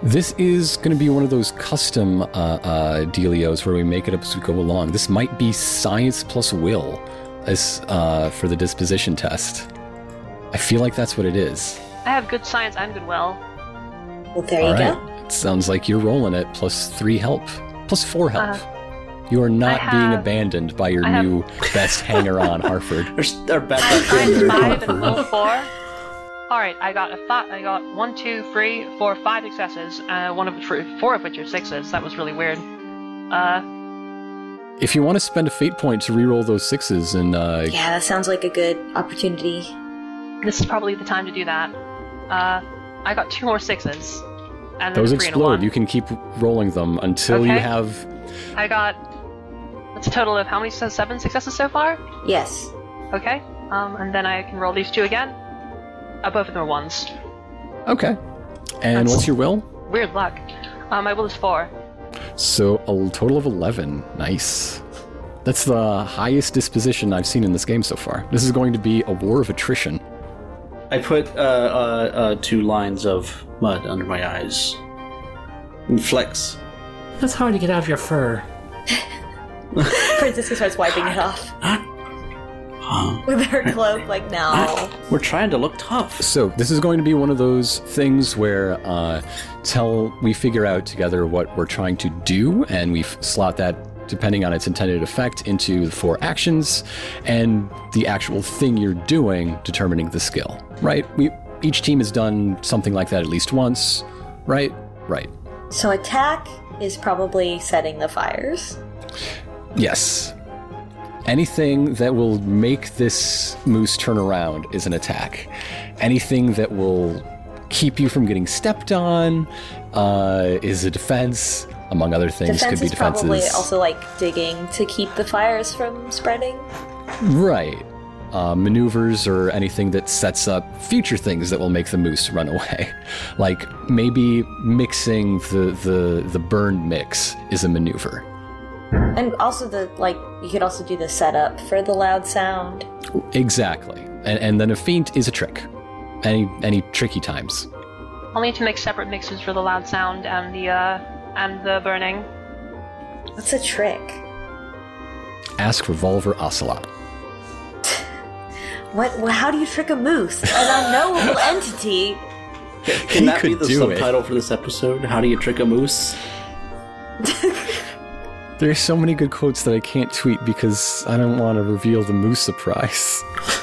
[SPEAKER 1] This is going to be one of those custom uh, uh, dealios where we make it up as we go along. This might be science plus will as uh, for the disposition test. I feel like that's what it is.
[SPEAKER 2] I have good science and good will.
[SPEAKER 3] Well, there you go.
[SPEAKER 1] It sounds like you're rolling it plus three help, plus four help. you are not
[SPEAKER 2] Uh, I
[SPEAKER 1] being
[SPEAKER 2] have-
[SPEAKER 1] abandoned by your
[SPEAKER 2] I have-
[SPEAKER 1] new
[SPEAKER 2] *laughs*
[SPEAKER 1] best hanger on, Harford.
[SPEAKER 5] There's our
[SPEAKER 2] I
[SPEAKER 5] backpack
[SPEAKER 2] have
[SPEAKER 5] trainer.
[SPEAKER 2] a five and a little four. All right, I got a five. I got one, two, three, four, five successes. Uh, one of which were four of which are sixes. That was really weird. Uh,
[SPEAKER 1] If you want to spend a fate point to reroll those sixes and uh,
[SPEAKER 3] Yeah, that sounds like a good opportunity.
[SPEAKER 2] this is probably the time to do that. Uh, I got two more sixes, and then
[SPEAKER 1] those
[SPEAKER 2] a three and a
[SPEAKER 1] explode,
[SPEAKER 2] one.
[SPEAKER 1] you can keep rolling them until you
[SPEAKER 2] Okay.
[SPEAKER 1] have
[SPEAKER 2] I got. That's a total of how many? su- Seven successes so far.
[SPEAKER 3] Yes. *laughs*
[SPEAKER 2] Okay. Um, and then I can roll these two again. Uh, both of them are ones.
[SPEAKER 1] Okay. And
[SPEAKER 2] That's-
[SPEAKER 1] what's your will?
[SPEAKER 2] Weird luck. Um, my will is four.
[SPEAKER 1] So a total of 11. Nice. That's the highest disposition I've seen in this game so far. This is going to be a war of attrition.
[SPEAKER 5] I put uh, uh, uh, two lines of mud under my eyes. And flex.
[SPEAKER 4] That's hard to get out of your fur.
[SPEAKER 3] Francisca starts wiping it off *laughs*
[SPEAKER 5] Huh?
[SPEAKER 3] with her cloak, like, no.
[SPEAKER 5] We're trying to look
[SPEAKER 1] *laughs*
[SPEAKER 5] tough.
[SPEAKER 1] So this is going to be one of those things where uh, tell we figure out together what we're trying to do, and we f- slot that depending on its intended effect into the four actions, and the actual thing you're doing determining the skill. Right? We each team has done something like that at least once. Right? Right.
[SPEAKER 3] So, attack is probably setting the fires.
[SPEAKER 1] Yes. Anything that will make this moose turn around is an attack. Anything that will keep you from getting stepped on uh, is a defense, among other things.
[SPEAKER 3] Defense
[SPEAKER 1] could be
[SPEAKER 3] is probably
[SPEAKER 1] defenses.
[SPEAKER 3] also like digging to keep the fires from spreading.
[SPEAKER 1] right. Uh, maneuvers or anything that sets up future things that will make the moose run *laughs* away. like maybe mixing the, the, the burn mix is a maneuver.
[SPEAKER 3] And also, the like, you could also do the setup for the loud sound.
[SPEAKER 1] Exactly. And, and then a feint is a trick. any any tricky times.
[SPEAKER 2] I'll need to make separate mixes for the loud sound and the uh, and the burning.
[SPEAKER 3] What's a trick?
[SPEAKER 1] Ask Revolver Ocelot.
[SPEAKER 3] What? wh- How do you trick a moose? An unknowable *laughs* entity.
[SPEAKER 5] Can
[SPEAKER 1] He
[SPEAKER 5] that be
[SPEAKER 1] could
[SPEAKER 5] the
[SPEAKER 1] do it.
[SPEAKER 5] subtitle for this episode? How do you trick a moose?
[SPEAKER 1] There are so many good quotes that I can't tweet because I don't want to reveal the moose surprise. *laughs*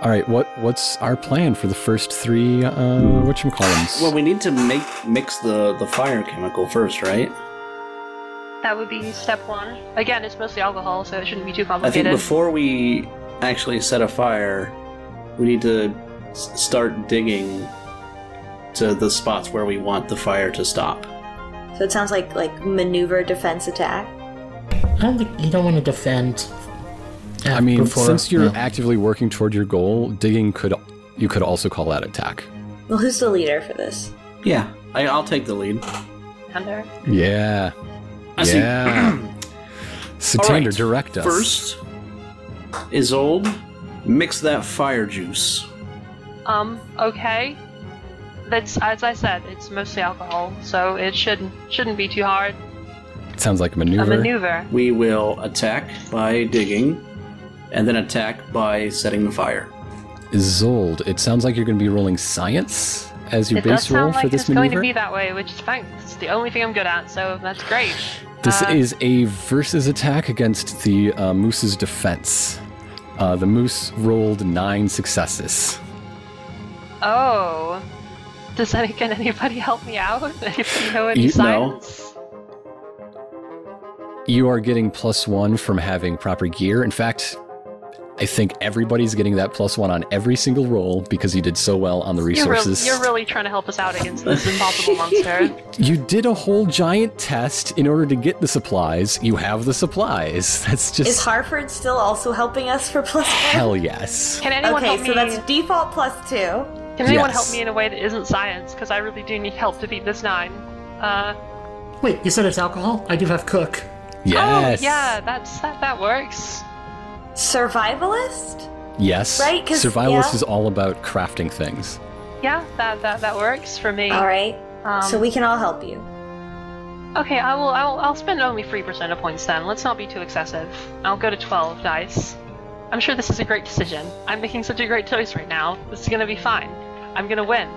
[SPEAKER 1] All right, what what's our plan for the first three uh, which
[SPEAKER 5] Well, we need to make mix the the fire chemical first, right?
[SPEAKER 2] That would be step one. Again, it's mostly alcohol, so it shouldn't be too
[SPEAKER 5] I think
[SPEAKER 2] complicated.
[SPEAKER 5] before we actually set a fire, we need to s- start digging to the spots where we want the fire to stop.
[SPEAKER 3] So it sounds like like maneuver, defense, attack.
[SPEAKER 4] I don't think you don't want to defend. uh,
[SPEAKER 1] I mean,
[SPEAKER 4] before-
[SPEAKER 1] since you're
[SPEAKER 4] no.
[SPEAKER 1] actively working toward your goal, digging could you could also call that attack.
[SPEAKER 3] Well, who's the leader for this?
[SPEAKER 5] Yeah, I, I'll take the lead.
[SPEAKER 2] Under.
[SPEAKER 5] *clears throat*
[SPEAKER 1] Yeah,
[SPEAKER 5] I see.
[SPEAKER 1] yeah.
[SPEAKER 5] All
[SPEAKER 1] Satander,
[SPEAKER 5] right.
[SPEAKER 1] direct us.
[SPEAKER 5] First, Isolde, mix that fire juice.
[SPEAKER 2] Um. Okay. That's as I said. It's mostly alcohol, so it should shouldn't be too hard.
[SPEAKER 1] sounds like a maneuver.
[SPEAKER 2] A maneuver.
[SPEAKER 5] We will attack by digging, and then attack by setting the fire.
[SPEAKER 1] Isolde, it sounds like you're going to be rolling science as your
[SPEAKER 2] it does
[SPEAKER 1] base roll
[SPEAKER 2] sound
[SPEAKER 1] for
[SPEAKER 2] like
[SPEAKER 1] this
[SPEAKER 2] it's
[SPEAKER 1] maneuver.
[SPEAKER 2] going to be that way, which is fine. It's the only thing I'm good at, so that's great.
[SPEAKER 1] This
[SPEAKER 2] Uh,
[SPEAKER 1] is a versus attack against the uh, moose's defense. Uh, the moose rolled nine successes.
[SPEAKER 2] Oh. Does any can anybody help me out? *laughs* if you know any
[SPEAKER 1] You- no.
[SPEAKER 2] signs?
[SPEAKER 1] You are getting plus one from having proper gear. In fact, I think everybody's getting that plus one on every single roll because you did so well on the
[SPEAKER 2] You're, real-
[SPEAKER 1] resources.
[SPEAKER 2] you're really trying to help us out against this
[SPEAKER 1] *laughs*
[SPEAKER 2] impossible monster.
[SPEAKER 1] You did a whole giant test in order to get the supplies. You have the supplies. *laughs* That's just
[SPEAKER 3] Is Harford still also helping us for plus one?
[SPEAKER 1] hell yes.
[SPEAKER 2] Can anyone
[SPEAKER 3] Okay,
[SPEAKER 2] help
[SPEAKER 3] so
[SPEAKER 2] me?
[SPEAKER 3] that's default plus two.
[SPEAKER 2] Can anyone
[SPEAKER 1] Yes.
[SPEAKER 2] help me in a way that isn't science? Because I really do need help to beat this nine. Uh,
[SPEAKER 4] Wait, you said it's alcohol? I do have cook.
[SPEAKER 1] Yes.
[SPEAKER 2] Oh, yeah, that's, that, that works.
[SPEAKER 3] Survivalist?
[SPEAKER 1] Yes.
[SPEAKER 3] Right, 'cause-
[SPEAKER 1] Survivalist
[SPEAKER 3] yeah.
[SPEAKER 1] is all about crafting things.
[SPEAKER 2] Yeah, that, that, that works for me.
[SPEAKER 3] All right.
[SPEAKER 2] Um,
[SPEAKER 3] so we can all help you.
[SPEAKER 2] Okay, I will, I will. I'll spend only three percent of points then. Let's not be too excessive. I'll go to twelve dice. I'm sure this is a great decision. I'm making such a great choice right now. This is gonna be fine. I'm gonna win.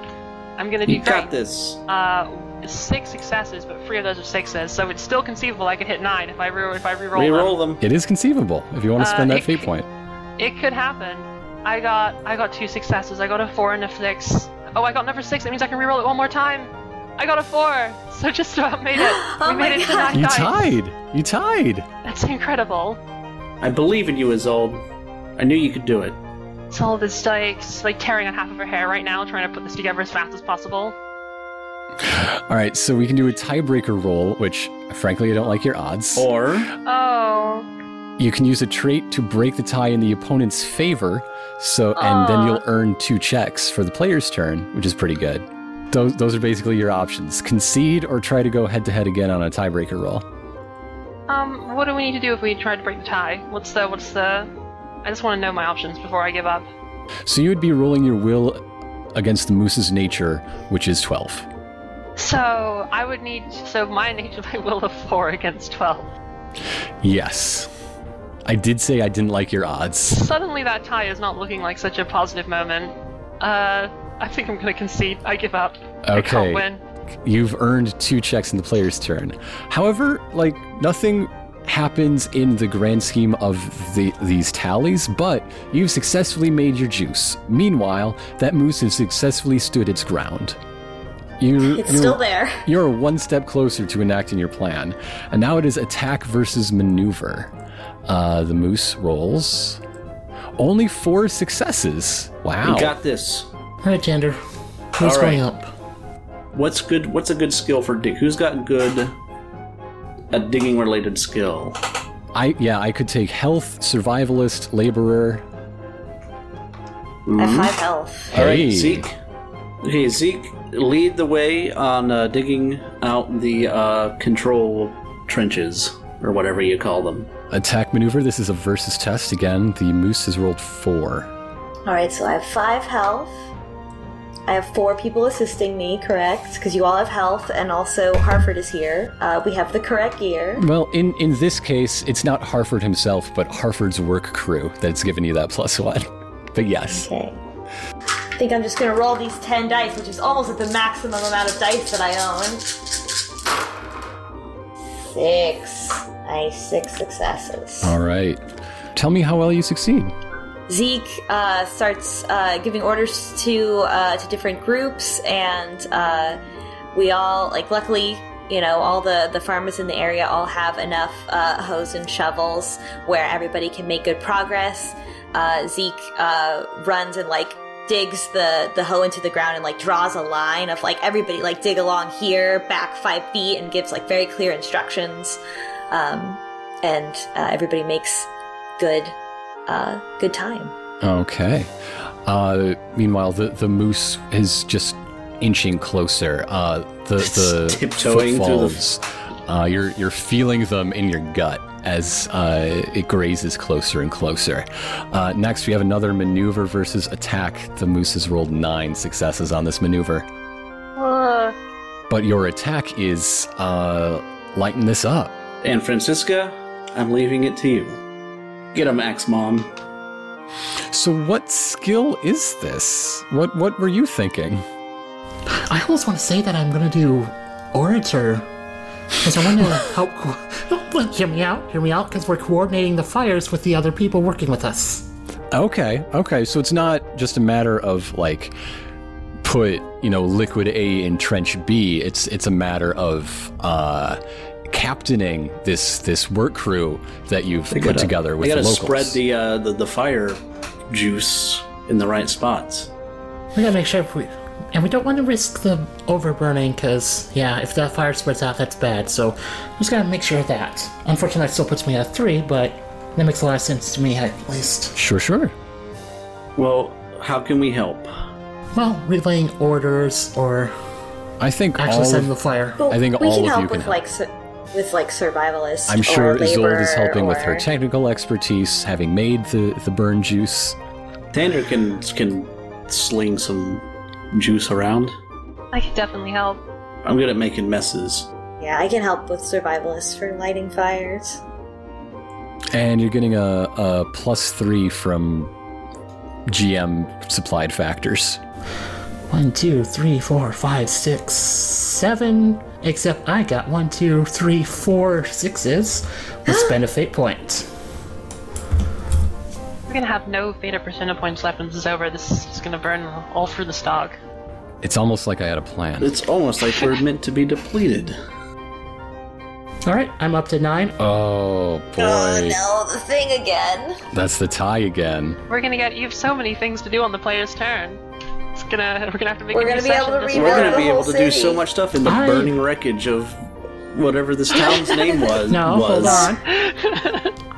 [SPEAKER 2] I'm gonna do
[SPEAKER 5] You
[SPEAKER 2] great.
[SPEAKER 5] got this.
[SPEAKER 2] Uh, six successes, but three of those are sixes, so it's still conceivable I could hit nine if I re- if I reroll
[SPEAKER 5] Reroll them.
[SPEAKER 1] It is conceivable if you want to
[SPEAKER 2] Uh,
[SPEAKER 1] spend that
[SPEAKER 2] it-
[SPEAKER 1] fate point.
[SPEAKER 2] them. It could happen. I got I got two successes. I got a four and a six. Oh, I got number six. That means I can reroll it one more time. I got a four, *laughs* so just about
[SPEAKER 3] *gasps*
[SPEAKER 2] made it.
[SPEAKER 3] Oh
[SPEAKER 2] we
[SPEAKER 3] my
[SPEAKER 2] made it to
[SPEAKER 3] God.
[SPEAKER 2] nine
[SPEAKER 1] You
[SPEAKER 2] dice.
[SPEAKER 1] tied. You tied.
[SPEAKER 2] That's incredible.
[SPEAKER 5] I believe in you, Isolde. I knew you could do it.
[SPEAKER 2] It's all this like, s- like tearing on half of her hair right now, trying to put this together as fast as possible.
[SPEAKER 1] All right, so we can do a tiebreaker roll, which frankly I don't like your odds.
[SPEAKER 5] Or
[SPEAKER 2] Oh,
[SPEAKER 1] You can use a trait to break the tie in the opponent's favor, so and then
[SPEAKER 2] Aw.
[SPEAKER 1] you'll earn two checks for the player's turn, which is pretty good. Those those are basically your options: concede or try to go head to head again on a tiebreaker roll.
[SPEAKER 2] um, what do we need to do if we try to break the tie? What's the, what's the? I just want to know my options before I give up.
[SPEAKER 1] So you would be rolling your will against the moose's nature, which is twelve.
[SPEAKER 2] So I would need, so my *laughs* nature, my will of four against twelve.
[SPEAKER 1] Yes, I did say I didn't like your odds.
[SPEAKER 2] Suddenly that tie is not looking like such a positive moment. Uh, I think I'm gonna concede. I give up. I
[SPEAKER 1] Okay.
[SPEAKER 2] can't win.
[SPEAKER 1] You've earned two checks in the player's turn. However, like nothing happens in the grand scheme of the, these tallies, but you've successfully made your juice. Meanwhile, that moose has successfully stood its ground. You,
[SPEAKER 3] *laughs* It's
[SPEAKER 1] you're,
[SPEAKER 3] still there.
[SPEAKER 1] You're one step closer to enacting your plan, and now it is attack versus maneuver. Uh, the moose rolls only four successes. Wow!
[SPEAKER 5] you got this.
[SPEAKER 4] Alright, Jander. Who's
[SPEAKER 5] All right.
[SPEAKER 4] going up?
[SPEAKER 5] What's good? What's a good skill for dig? Who's got good a digging related skill?
[SPEAKER 1] I yeah, I could take health, survivalist, laborer,
[SPEAKER 3] I have five health.
[SPEAKER 5] All right,
[SPEAKER 1] Hey.
[SPEAKER 5] Zeke. Okay, Zeke, lead the way on uh, digging out the uh, control trenches or whatever you call them.
[SPEAKER 1] Attack maneuver. This is a versus test again. The moose has rolled four.
[SPEAKER 3] All right, so I have five health. I have four people assisting me, correct? Because you all have health, and also Harford is here. Uh, we have the correct gear.
[SPEAKER 1] Well, in, in this case, it's not Harford himself, but Harford's work crew that's giving you that plus one. *laughs* But yes.
[SPEAKER 3] Okay. I think I'm just gonna roll these ten dice, which is almost at the maximum amount of dice that I own. Six. I six successes.
[SPEAKER 1] All right. Tell me how well you succeed.
[SPEAKER 3] Zeke uh, starts uh, giving orders to uh, to different groups, and uh, we all like. Luckily, you know, all the the farmers in the area all have enough uh, hoes and shovels where everybody can make good progress. Uh, Zeke uh, runs and like digs the the hoe into the ground and like draws a line of like everybody like dig along here, back five feet, and gives like very clear instructions. Um, and uh, everybody makes good uh, good time.
[SPEAKER 1] Okay. Uh, meanwhile, the, the moose is just inching closer. Uh, the the
[SPEAKER 5] tiptoeing through the-
[SPEAKER 1] footfalls. Uh, you're you're feeling them in your gut as uh, it grazes closer and closer. Uh, next, we have another maneuver versus attack. The moose has rolled nine successes on this maneuver,
[SPEAKER 2] Uh,
[SPEAKER 1] but your attack is uh, lighten this up.
[SPEAKER 5] And Francisca, I'm leaving it to you. Get him, Axe Mom.
[SPEAKER 1] So, what skill is this? What what were you thinking?
[SPEAKER 4] I almost want to say that I'm gonna do orator, because I
[SPEAKER 1] *laughs*
[SPEAKER 4] want to help. Co- *laughs* No, look, hear me out, hear me out, because we're coordinating the fires with the other people working with us.
[SPEAKER 1] Okay, okay. So it's not just a matter of like put, you know, liquid A in trench B. It's it's a matter of uh captaining this this work crew that you've put
[SPEAKER 5] gotta-
[SPEAKER 1] together with
[SPEAKER 5] they uh, gotta
[SPEAKER 1] the
[SPEAKER 5] spread
[SPEAKER 1] locals.
[SPEAKER 5] the, uh, the the fire juice in the right spots.
[SPEAKER 4] We gotta make sure if we. And we don't want to risk the overburning, because, yeah, if that fire spreads out, that's bad. So, just gotta make sure of that. Unfortunately, that still puts me at three, but that makes a lot of sense to me, at least.
[SPEAKER 1] Sure, sure.
[SPEAKER 5] Well, how can we help?
[SPEAKER 4] Well, relaying orders or
[SPEAKER 1] I think
[SPEAKER 4] actually
[SPEAKER 1] all
[SPEAKER 4] setting the
[SPEAKER 1] of,
[SPEAKER 4] fire.
[SPEAKER 3] But
[SPEAKER 1] I think
[SPEAKER 3] we
[SPEAKER 1] all
[SPEAKER 3] can
[SPEAKER 1] of
[SPEAKER 3] help
[SPEAKER 1] you can
[SPEAKER 3] with
[SPEAKER 1] help.
[SPEAKER 3] like su- with like survivalists.
[SPEAKER 1] I'm
[SPEAKER 3] or
[SPEAKER 1] sure Isolde is
[SPEAKER 3] labor
[SPEAKER 1] helping with her
[SPEAKER 3] or-
[SPEAKER 1] technical expertise, having made the the burn juice.
[SPEAKER 5] Tander can can sling some juice around.
[SPEAKER 2] I could definitely help.
[SPEAKER 5] I'm good at making messes.
[SPEAKER 3] Yeah, I can help with survivalists for lighting fires.
[SPEAKER 1] And you're getting a, a plus three from GM supplied factors.
[SPEAKER 4] One, two, three, four, five, six, seven. Except I got one, two, three, four sixes.
[SPEAKER 1] *gasps*
[SPEAKER 4] Let's spend a fate point.
[SPEAKER 2] We're gonna have no Theta Persona points left when this is over. This is just gonna burn all through the stock.
[SPEAKER 1] It's almost like I had a plan.
[SPEAKER 5] It's almost like we're meant to be depleted.
[SPEAKER 4] All right, I'm up to nine.
[SPEAKER 1] Oh boy.
[SPEAKER 3] Oh no, the thing again.
[SPEAKER 1] That's the tie again.
[SPEAKER 2] We're gonna get you have so many things to do on the player's turn. It's gonna we're gonna have to make
[SPEAKER 3] We're
[SPEAKER 2] a new
[SPEAKER 3] gonna be
[SPEAKER 2] session
[SPEAKER 3] able to
[SPEAKER 2] just-
[SPEAKER 3] rebuild
[SPEAKER 5] We're gonna
[SPEAKER 3] the
[SPEAKER 5] be
[SPEAKER 3] whole
[SPEAKER 5] able to do so
[SPEAKER 3] city.
[SPEAKER 5] much stuff in the
[SPEAKER 4] I-
[SPEAKER 5] burning wreckage of whatever this
[SPEAKER 3] *laughs*
[SPEAKER 5] town's name was.
[SPEAKER 4] No,
[SPEAKER 5] *clears throat* was.
[SPEAKER 4] hold on. *laughs*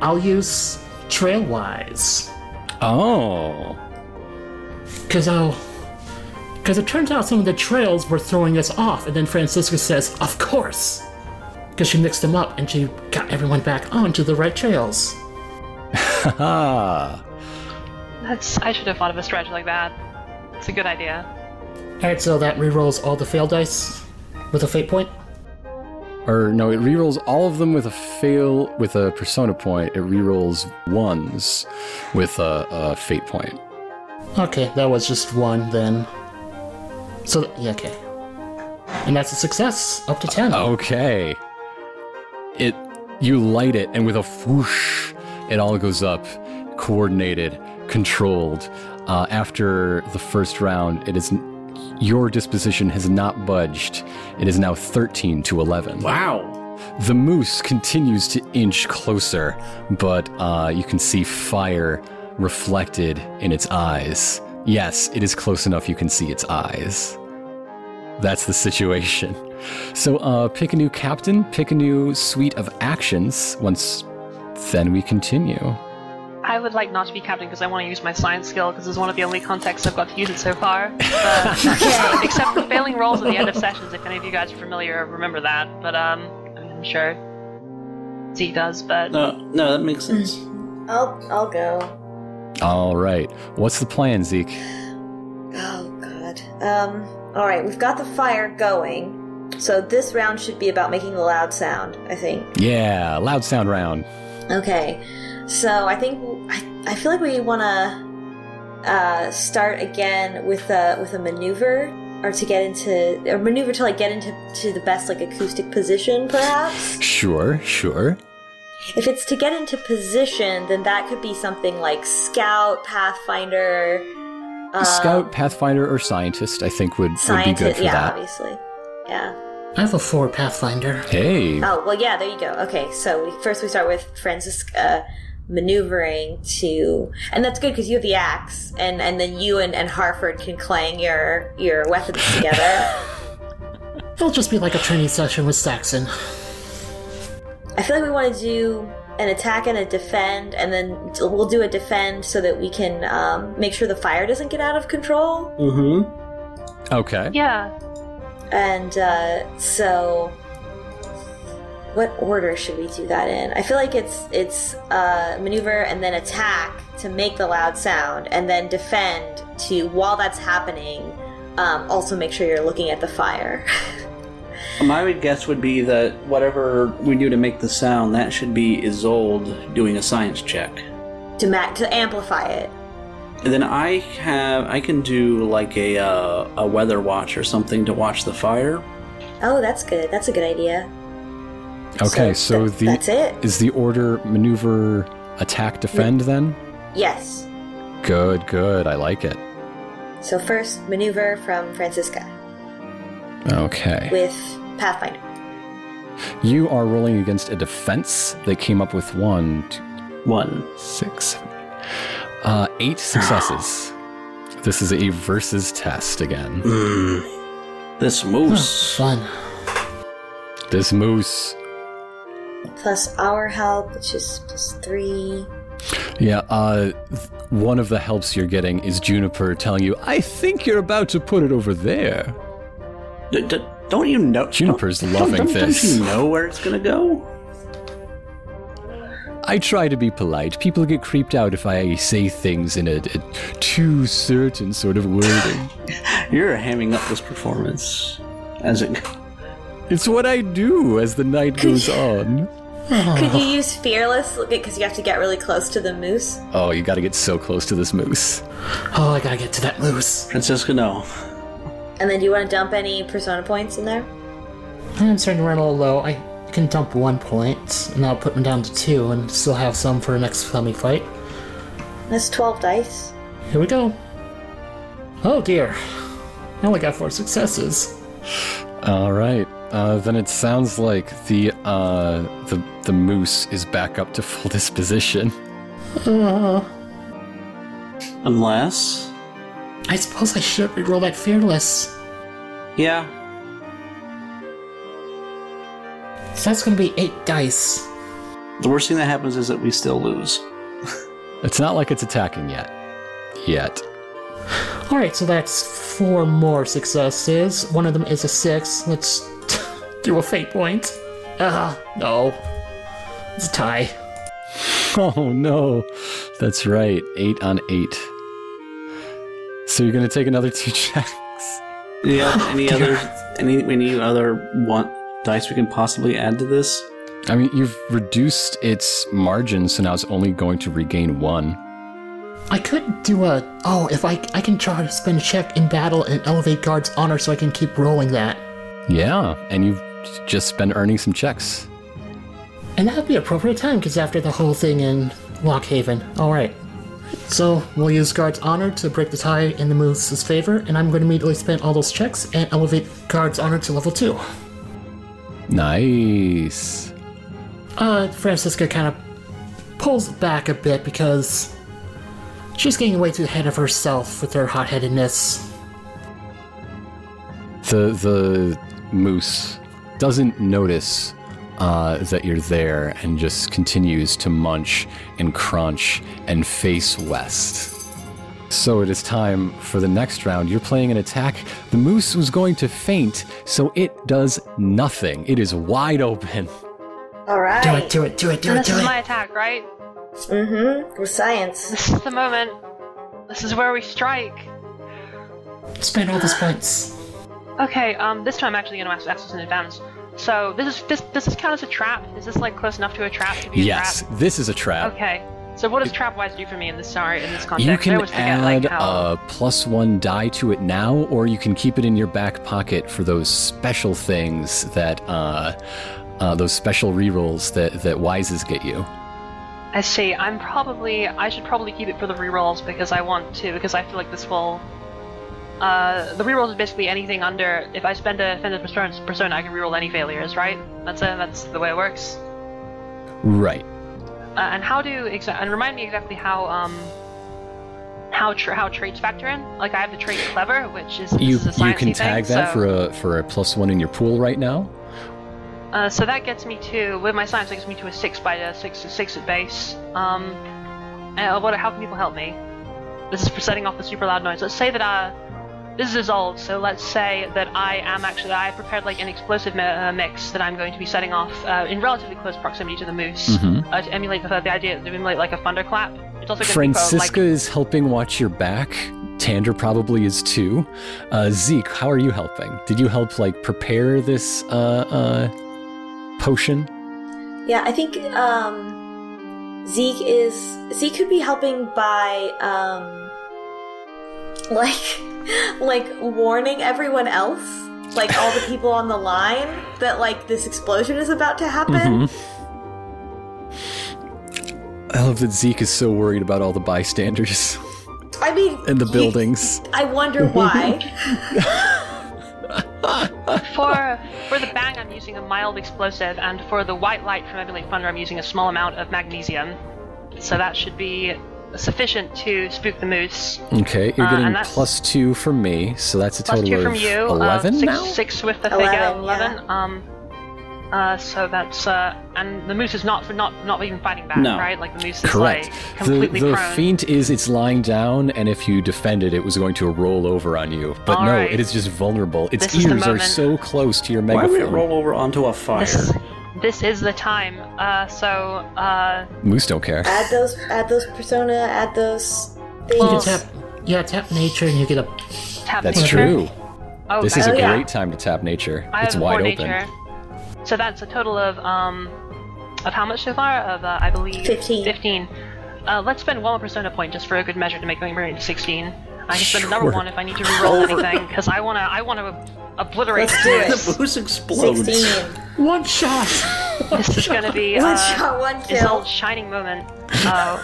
[SPEAKER 4] I'll use Trailwise.
[SPEAKER 1] Oh.
[SPEAKER 4] Because I'll. Because it turns out some of the trails were throwing us off, and then Francisca says, Of course! Because she mixed them up and she got everyone back onto the right trails.
[SPEAKER 1] Haha.
[SPEAKER 2] That's I should have thought of a strategy like that. It's a good idea.
[SPEAKER 4] Alright, so that rerolls all the fail dice with a fate point.
[SPEAKER 1] Or no, it rerolls all of them with a fail with a persona point. It rerolls ones with a, a fate point.
[SPEAKER 4] Okay, that was just one then. So, yeah, okay. And that's a success, up to 10.
[SPEAKER 1] Oh. Okay. It you light it and with a whoosh, it all goes up, coordinated, controlled. Uh, after the first round, it is your disposition has not budged. It is now 13 to 11.
[SPEAKER 5] Wow.
[SPEAKER 1] The moose continues to inch closer, but uh, you can see fire reflected in its eyes. Yes, it is close enough you can see its eyes. That's the situation. *laughs* So uh, pick a new captain, pick a new suite of actions. Once then we continue.
[SPEAKER 2] I would like not to be captain because I want to use my science skill because it's one of the only contexts I've got to use it
[SPEAKER 1] *laughs*
[SPEAKER 2] so far. But, um, except for failing rolls at the end of sessions, if any of you guys are familiar, remember that. But um, I mean, I'm sure Z does. But
[SPEAKER 5] No, no, that makes sense.
[SPEAKER 3] I'll I'll go.
[SPEAKER 1] All right. What's the plan, Zeke?
[SPEAKER 3] Oh god. Um. All right, we've got the fire going, so this round should be about making a loud sound. I think.
[SPEAKER 1] Yeah, loud sound round.
[SPEAKER 3] Okay, so I think I, I feel like we want to uh, start again with a with a maneuver, or to get into or maneuver to like get into to the best like acoustic position, perhaps.
[SPEAKER 1] Sure, sure.
[SPEAKER 3] If it's to get into position, then that could be something like scout, pathfinder, um,
[SPEAKER 1] Scout, Pathfinder, or Scientist, I think would, would be good
[SPEAKER 3] scientist.
[SPEAKER 1] for
[SPEAKER 3] Yeah,
[SPEAKER 1] that.
[SPEAKER 3] obviously. Yeah.
[SPEAKER 4] I have a four Pathfinder.
[SPEAKER 1] Hey,
[SPEAKER 3] Oh well, yeah. There you go. Okay, so we, first we start with Francisca maneuvering to, and that's good because you have the axe, and and then you and, and Harford can clang your your weapons together.
[SPEAKER 4] It'll just be like a training session with Saxon.
[SPEAKER 3] I feel like we want to do an attack and a defend, and then d- we'll do a defend so that we can um, make sure the fire doesn't get out of control.
[SPEAKER 5] Mm-hmm.
[SPEAKER 1] okay.
[SPEAKER 2] Yeah.
[SPEAKER 3] And uh, so, what order should we do that in? I feel like it's it's uh, maneuver and then attack to make the loud sound, and then defend to while that's happening. Um, also, make sure you're looking at the fire. *laughs*
[SPEAKER 5] My would guess would be that whatever we do to make the sound, that should be Isolde doing a science check.
[SPEAKER 3] to ma- to amplify it.
[SPEAKER 5] And then I have I can do like a uh, a weather watch or something to watch the fire.
[SPEAKER 3] Oh, that's good. That's a good idea.
[SPEAKER 1] Okay, so,
[SPEAKER 3] th-
[SPEAKER 1] the
[SPEAKER 3] that's it.
[SPEAKER 1] is the order maneuver attack defend then?
[SPEAKER 3] Yes.
[SPEAKER 1] Good, good. I like it.
[SPEAKER 3] So first maneuver from Francisca
[SPEAKER 1] Okay.
[SPEAKER 3] with Pathfinder.
[SPEAKER 1] You are rolling against a defense. They came up with one, two,
[SPEAKER 5] One.
[SPEAKER 1] six, seven, uh,
[SPEAKER 3] *sighs*
[SPEAKER 1] eight successes. this is a versus test again.
[SPEAKER 3] Mm.
[SPEAKER 5] This
[SPEAKER 4] Huh,
[SPEAKER 5] moose.
[SPEAKER 4] fun.
[SPEAKER 1] This moose.
[SPEAKER 3] Plus our help, which is plus three.
[SPEAKER 1] Yeah, uh, th- one of the helps you're getting is Juniper telling you, I think you're about to put it over there.
[SPEAKER 5] D- d- don't you know?
[SPEAKER 1] Juniper's
[SPEAKER 5] don't-
[SPEAKER 1] loving
[SPEAKER 5] don't, don't,
[SPEAKER 1] this.
[SPEAKER 5] Don't you know where it's gonna go?
[SPEAKER 1] I try to be polite. People get creeped out if I say things in a, a too certain sort of wording.
[SPEAKER 5] You're hamming up this performance as it goes.
[SPEAKER 1] it's what I do as the night goes on.
[SPEAKER 3] Could
[SPEAKER 4] Oh.
[SPEAKER 3] you use fearless because you have to get really close to the moose?
[SPEAKER 1] Oh, you gotta get so close to this moose.
[SPEAKER 4] Oh, I gotta get to that moose.
[SPEAKER 5] Francisca, no.
[SPEAKER 3] And then do you want to dump any persona points in there?
[SPEAKER 4] I'm starting to run a little low. I can dump one point, and I'll put them down to two, and still have some for the next coming fight.
[SPEAKER 3] That's twelve dice.
[SPEAKER 4] Here we go. Oh dear. I only got four successes.
[SPEAKER 1] All right. Uh, then it sounds like the uh, the the moose is back up to full *laughs* disposition.
[SPEAKER 4] Uh,
[SPEAKER 5] Unless.
[SPEAKER 4] I suppose I should reroll that fearless.
[SPEAKER 5] Yeah.
[SPEAKER 4] So that's gonna be eight dice.
[SPEAKER 5] The worst thing that happens is that we still lose.
[SPEAKER 1] It's not like it's attacking yet. Yet. *laughs*
[SPEAKER 4] Alright, so that's four more successes. One of them is a six. Let's *laughs* do a fate point. Ah, no. It's a tie.
[SPEAKER 1] Oh no. That's right. Eight on eight. So you're gonna take another *laughs* two checks.
[SPEAKER 5] Yeah. *laughs* Any other? Any any other one dice we can possibly add to this?
[SPEAKER 1] I mean, you've reduced its margin, so now it's only going to regain one.
[SPEAKER 4] I could do a. Oh, if I I can try to spend a check in battle and elevate guard's honor, so I can keep rolling that.
[SPEAKER 1] Yeah, and you've just been earning some checks.
[SPEAKER 4] And that would be appropriate time, because after the whole thing in Lockhaven. Alright. So, we'll use Guard's Honor to break the tie in the moose's favor, and I'm going to immediately spend all those checks and elevate Guard's Honor to level 2.
[SPEAKER 1] Nice.
[SPEAKER 4] Uh, Francisca kind of pulls back a bit because she's getting way too ahead of herself with her hot headedness.
[SPEAKER 1] The the moose doesn't notice uh, that you're there and just continues to munch and crunch and face west. So it is time for the next round. You're playing an attack. The moose was going to faint, so it does nothing. It is wide open.
[SPEAKER 3] All right.
[SPEAKER 4] Do it, do it, do it, do
[SPEAKER 2] And
[SPEAKER 4] it,
[SPEAKER 2] this
[SPEAKER 4] do
[SPEAKER 2] is
[SPEAKER 4] it.
[SPEAKER 2] my attack, right?
[SPEAKER 3] Mm-hmm. With science.
[SPEAKER 2] This is the moment. This is where we strike.
[SPEAKER 4] Spend all those points.
[SPEAKER 2] Okay, um, this time I'm actually gonna ask, ask this in advance. So this is this does this count as a trap? Is this like close enough to a trap to be
[SPEAKER 1] yes,
[SPEAKER 2] a
[SPEAKER 1] this is a trap.
[SPEAKER 2] trap? Okay. So what does trapwise do for me in this sorry in this context?
[SPEAKER 1] You
[SPEAKER 2] I
[SPEAKER 1] can
[SPEAKER 2] always forget like
[SPEAKER 1] add
[SPEAKER 2] how
[SPEAKER 1] a plus one die to it now, or you can keep it in your back pocket for those special things that, uh, uh, those special rerolls that, that wises get you.
[SPEAKER 2] I see. I'm probably I should probably keep it for the rerolls because I want to because I feel like this will uh, the rerolls is basically anything under if I spend a offended persona, persona I can reroll any failures, right? That's it. That's the way it works.
[SPEAKER 1] Right.
[SPEAKER 2] Uh, and how do exa- and remind me exactly how um how tra- how traits factor in? Like I have the trait clever, which is
[SPEAKER 1] You,
[SPEAKER 2] this is a
[SPEAKER 1] you can
[SPEAKER 2] sciencey
[SPEAKER 1] tag
[SPEAKER 2] thing,
[SPEAKER 1] that
[SPEAKER 2] so,
[SPEAKER 1] for a for a plus one in your pool right now.
[SPEAKER 2] Uh, so that gets me to with my science, that gets me to a six by a six six at base. Um, and uh, what? How can people help me? This is for setting off the super loud noise. Let's say that uh, this is dissolved. So let's say that I am actually I prepared like an explosive mi- uh, mix that I'm going to be setting off uh, in relatively close proximity to the moose
[SPEAKER 1] Mhm.
[SPEAKER 2] uh, to emulate the, the idea to emulate like a thunderclap. It's also going to
[SPEAKER 1] Francisca
[SPEAKER 2] be for, like,
[SPEAKER 1] is helping watch your back. Tander probably is too. Uh, Zeke, how are you helping? Did you help like prepare this uh, uh, potion?
[SPEAKER 3] Yeah, I think um, Zeke is Zeke could be helping by um, like *laughs* like warning everyone else, like all the people on the line that like this explosion is about to happen.
[SPEAKER 1] I love that Oh, Zeke is so worried about all the bystanders *laughs*
[SPEAKER 4] Mm-hmm.
[SPEAKER 3] I mean,
[SPEAKER 1] and the
[SPEAKER 3] you-
[SPEAKER 1] buildings.
[SPEAKER 3] I wonder
[SPEAKER 4] *laughs*
[SPEAKER 3] why.
[SPEAKER 2] for for the bang I'm using a mild explosive, and for the white light from emulate thunder I'm using a small amount of magnesium. So that should be sufficient to spook the moose.
[SPEAKER 1] Okay, you're
[SPEAKER 2] Uh,
[SPEAKER 1] getting
[SPEAKER 2] and that's-
[SPEAKER 1] plus two from me, so that's a
[SPEAKER 2] Plus
[SPEAKER 1] total
[SPEAKER 2] two
[SPEAKER 1] of
[SPEAKER 2] from you,
[SPEAKER 1] eleven
[SPEAKER 2] uh, six,
[SPEAKER 1] now.
[SPEAKER 2] six with the
[SPEAKER 3] 11,
[SPEAKER 2] figure,
[SPEAKER 3] yeah.
[SPEAKER 2] eleven. Um, uh, so that's uh, and the moose is not for not not even fighting back,
[SPEAKER 5] No.
[SPEAKER 2] right? Like the moose is
[SPEAKER 1] Correct.
[SPEAKER 2] like
[SPEAKER 1] the
[SPEAKER 2] completely
[SPEAKER 1] the
[SPEAKER 2] prone.
[SPEAKER 1] feint is it's lying down, and if you defend it, it was going to roll over on you. But
[SPEAKER 2] All
[SPEAKER 1] no,
[SPEAKER 2] right.
[SPEAKER 1] it is just vulnerable. Its
[SPEAKER 2] This is the
[SPEAKER 1] ears are
[SPEAKER 2] moment.
[SPEAKER 1] so close to your
[SPEAKER 5] Why
[SPEAKER 1] megaphone.
[SPEAKER 5] would it roll over onto a fire?
[SPEAKER 2] *laughs* This, this is the time. Uh, so uh,
[SPEAKER 1] Moose don't
[SPEAKER 2] *laughs*
[SPEAKER 1] care.
[SPEAKER 3] add those, add those persona, add those things.
[SPEAKER 2] Well,
[SPEAKER 4] You tap, yeah, tap nature and you get a.
[SPEAKER 2] tap
[SPEAKER 1] That's
[SPEAKER 2] nature.
[SPEAKER 1] true.
[SPEAKER 2] Oh,
[SPEAKER 1] This is
[SPEAKER 2] that-
[SPEAKER 1] a
[SPEAKER 3] Oh, yeah.
[SPEAKER 1] great time to tap nature.
[SPEAKER 2] I
[SPEAKER 1] it's
[SPEAKER 2] have
[SPEAKER 1] wide
[SPEAKER 2] four
[SPEAKER 1] open.
[SPEAKER 2] nature. So that's a total of um, of how much so far? Of uh, I believe
[SPEAKER 3] 15.
[SPEAKER 2] Fifteen. Uh, let's spend one more persona point just for a good measure to make my brain sixteen. I can spend another
[SPEAKER 1] Sure.
[SPEAKER 2] one if I need to
[SPEAKER 1] *laughs*
[SPEAKER 2] reroll anything because I wanna I wanna obliterate
[SPEAKER 3] Let's do it.
[SPEAKER 2] this.
[SPEAKER 5] the boost explodes.
[SPEAKER 3] Sixteen.
[SPEAKER 4] One shot!
[SPEAKER 2] This is gonna be
[SPEAKER 3] One
[SPEAKER 2] uh,
[SPEAKER 3] *laughs* shot, one
[SPEAKER 2] this
[SPEAKER 3] kill.
[SPEAKER 2] old *laughs* shining moment. Uh,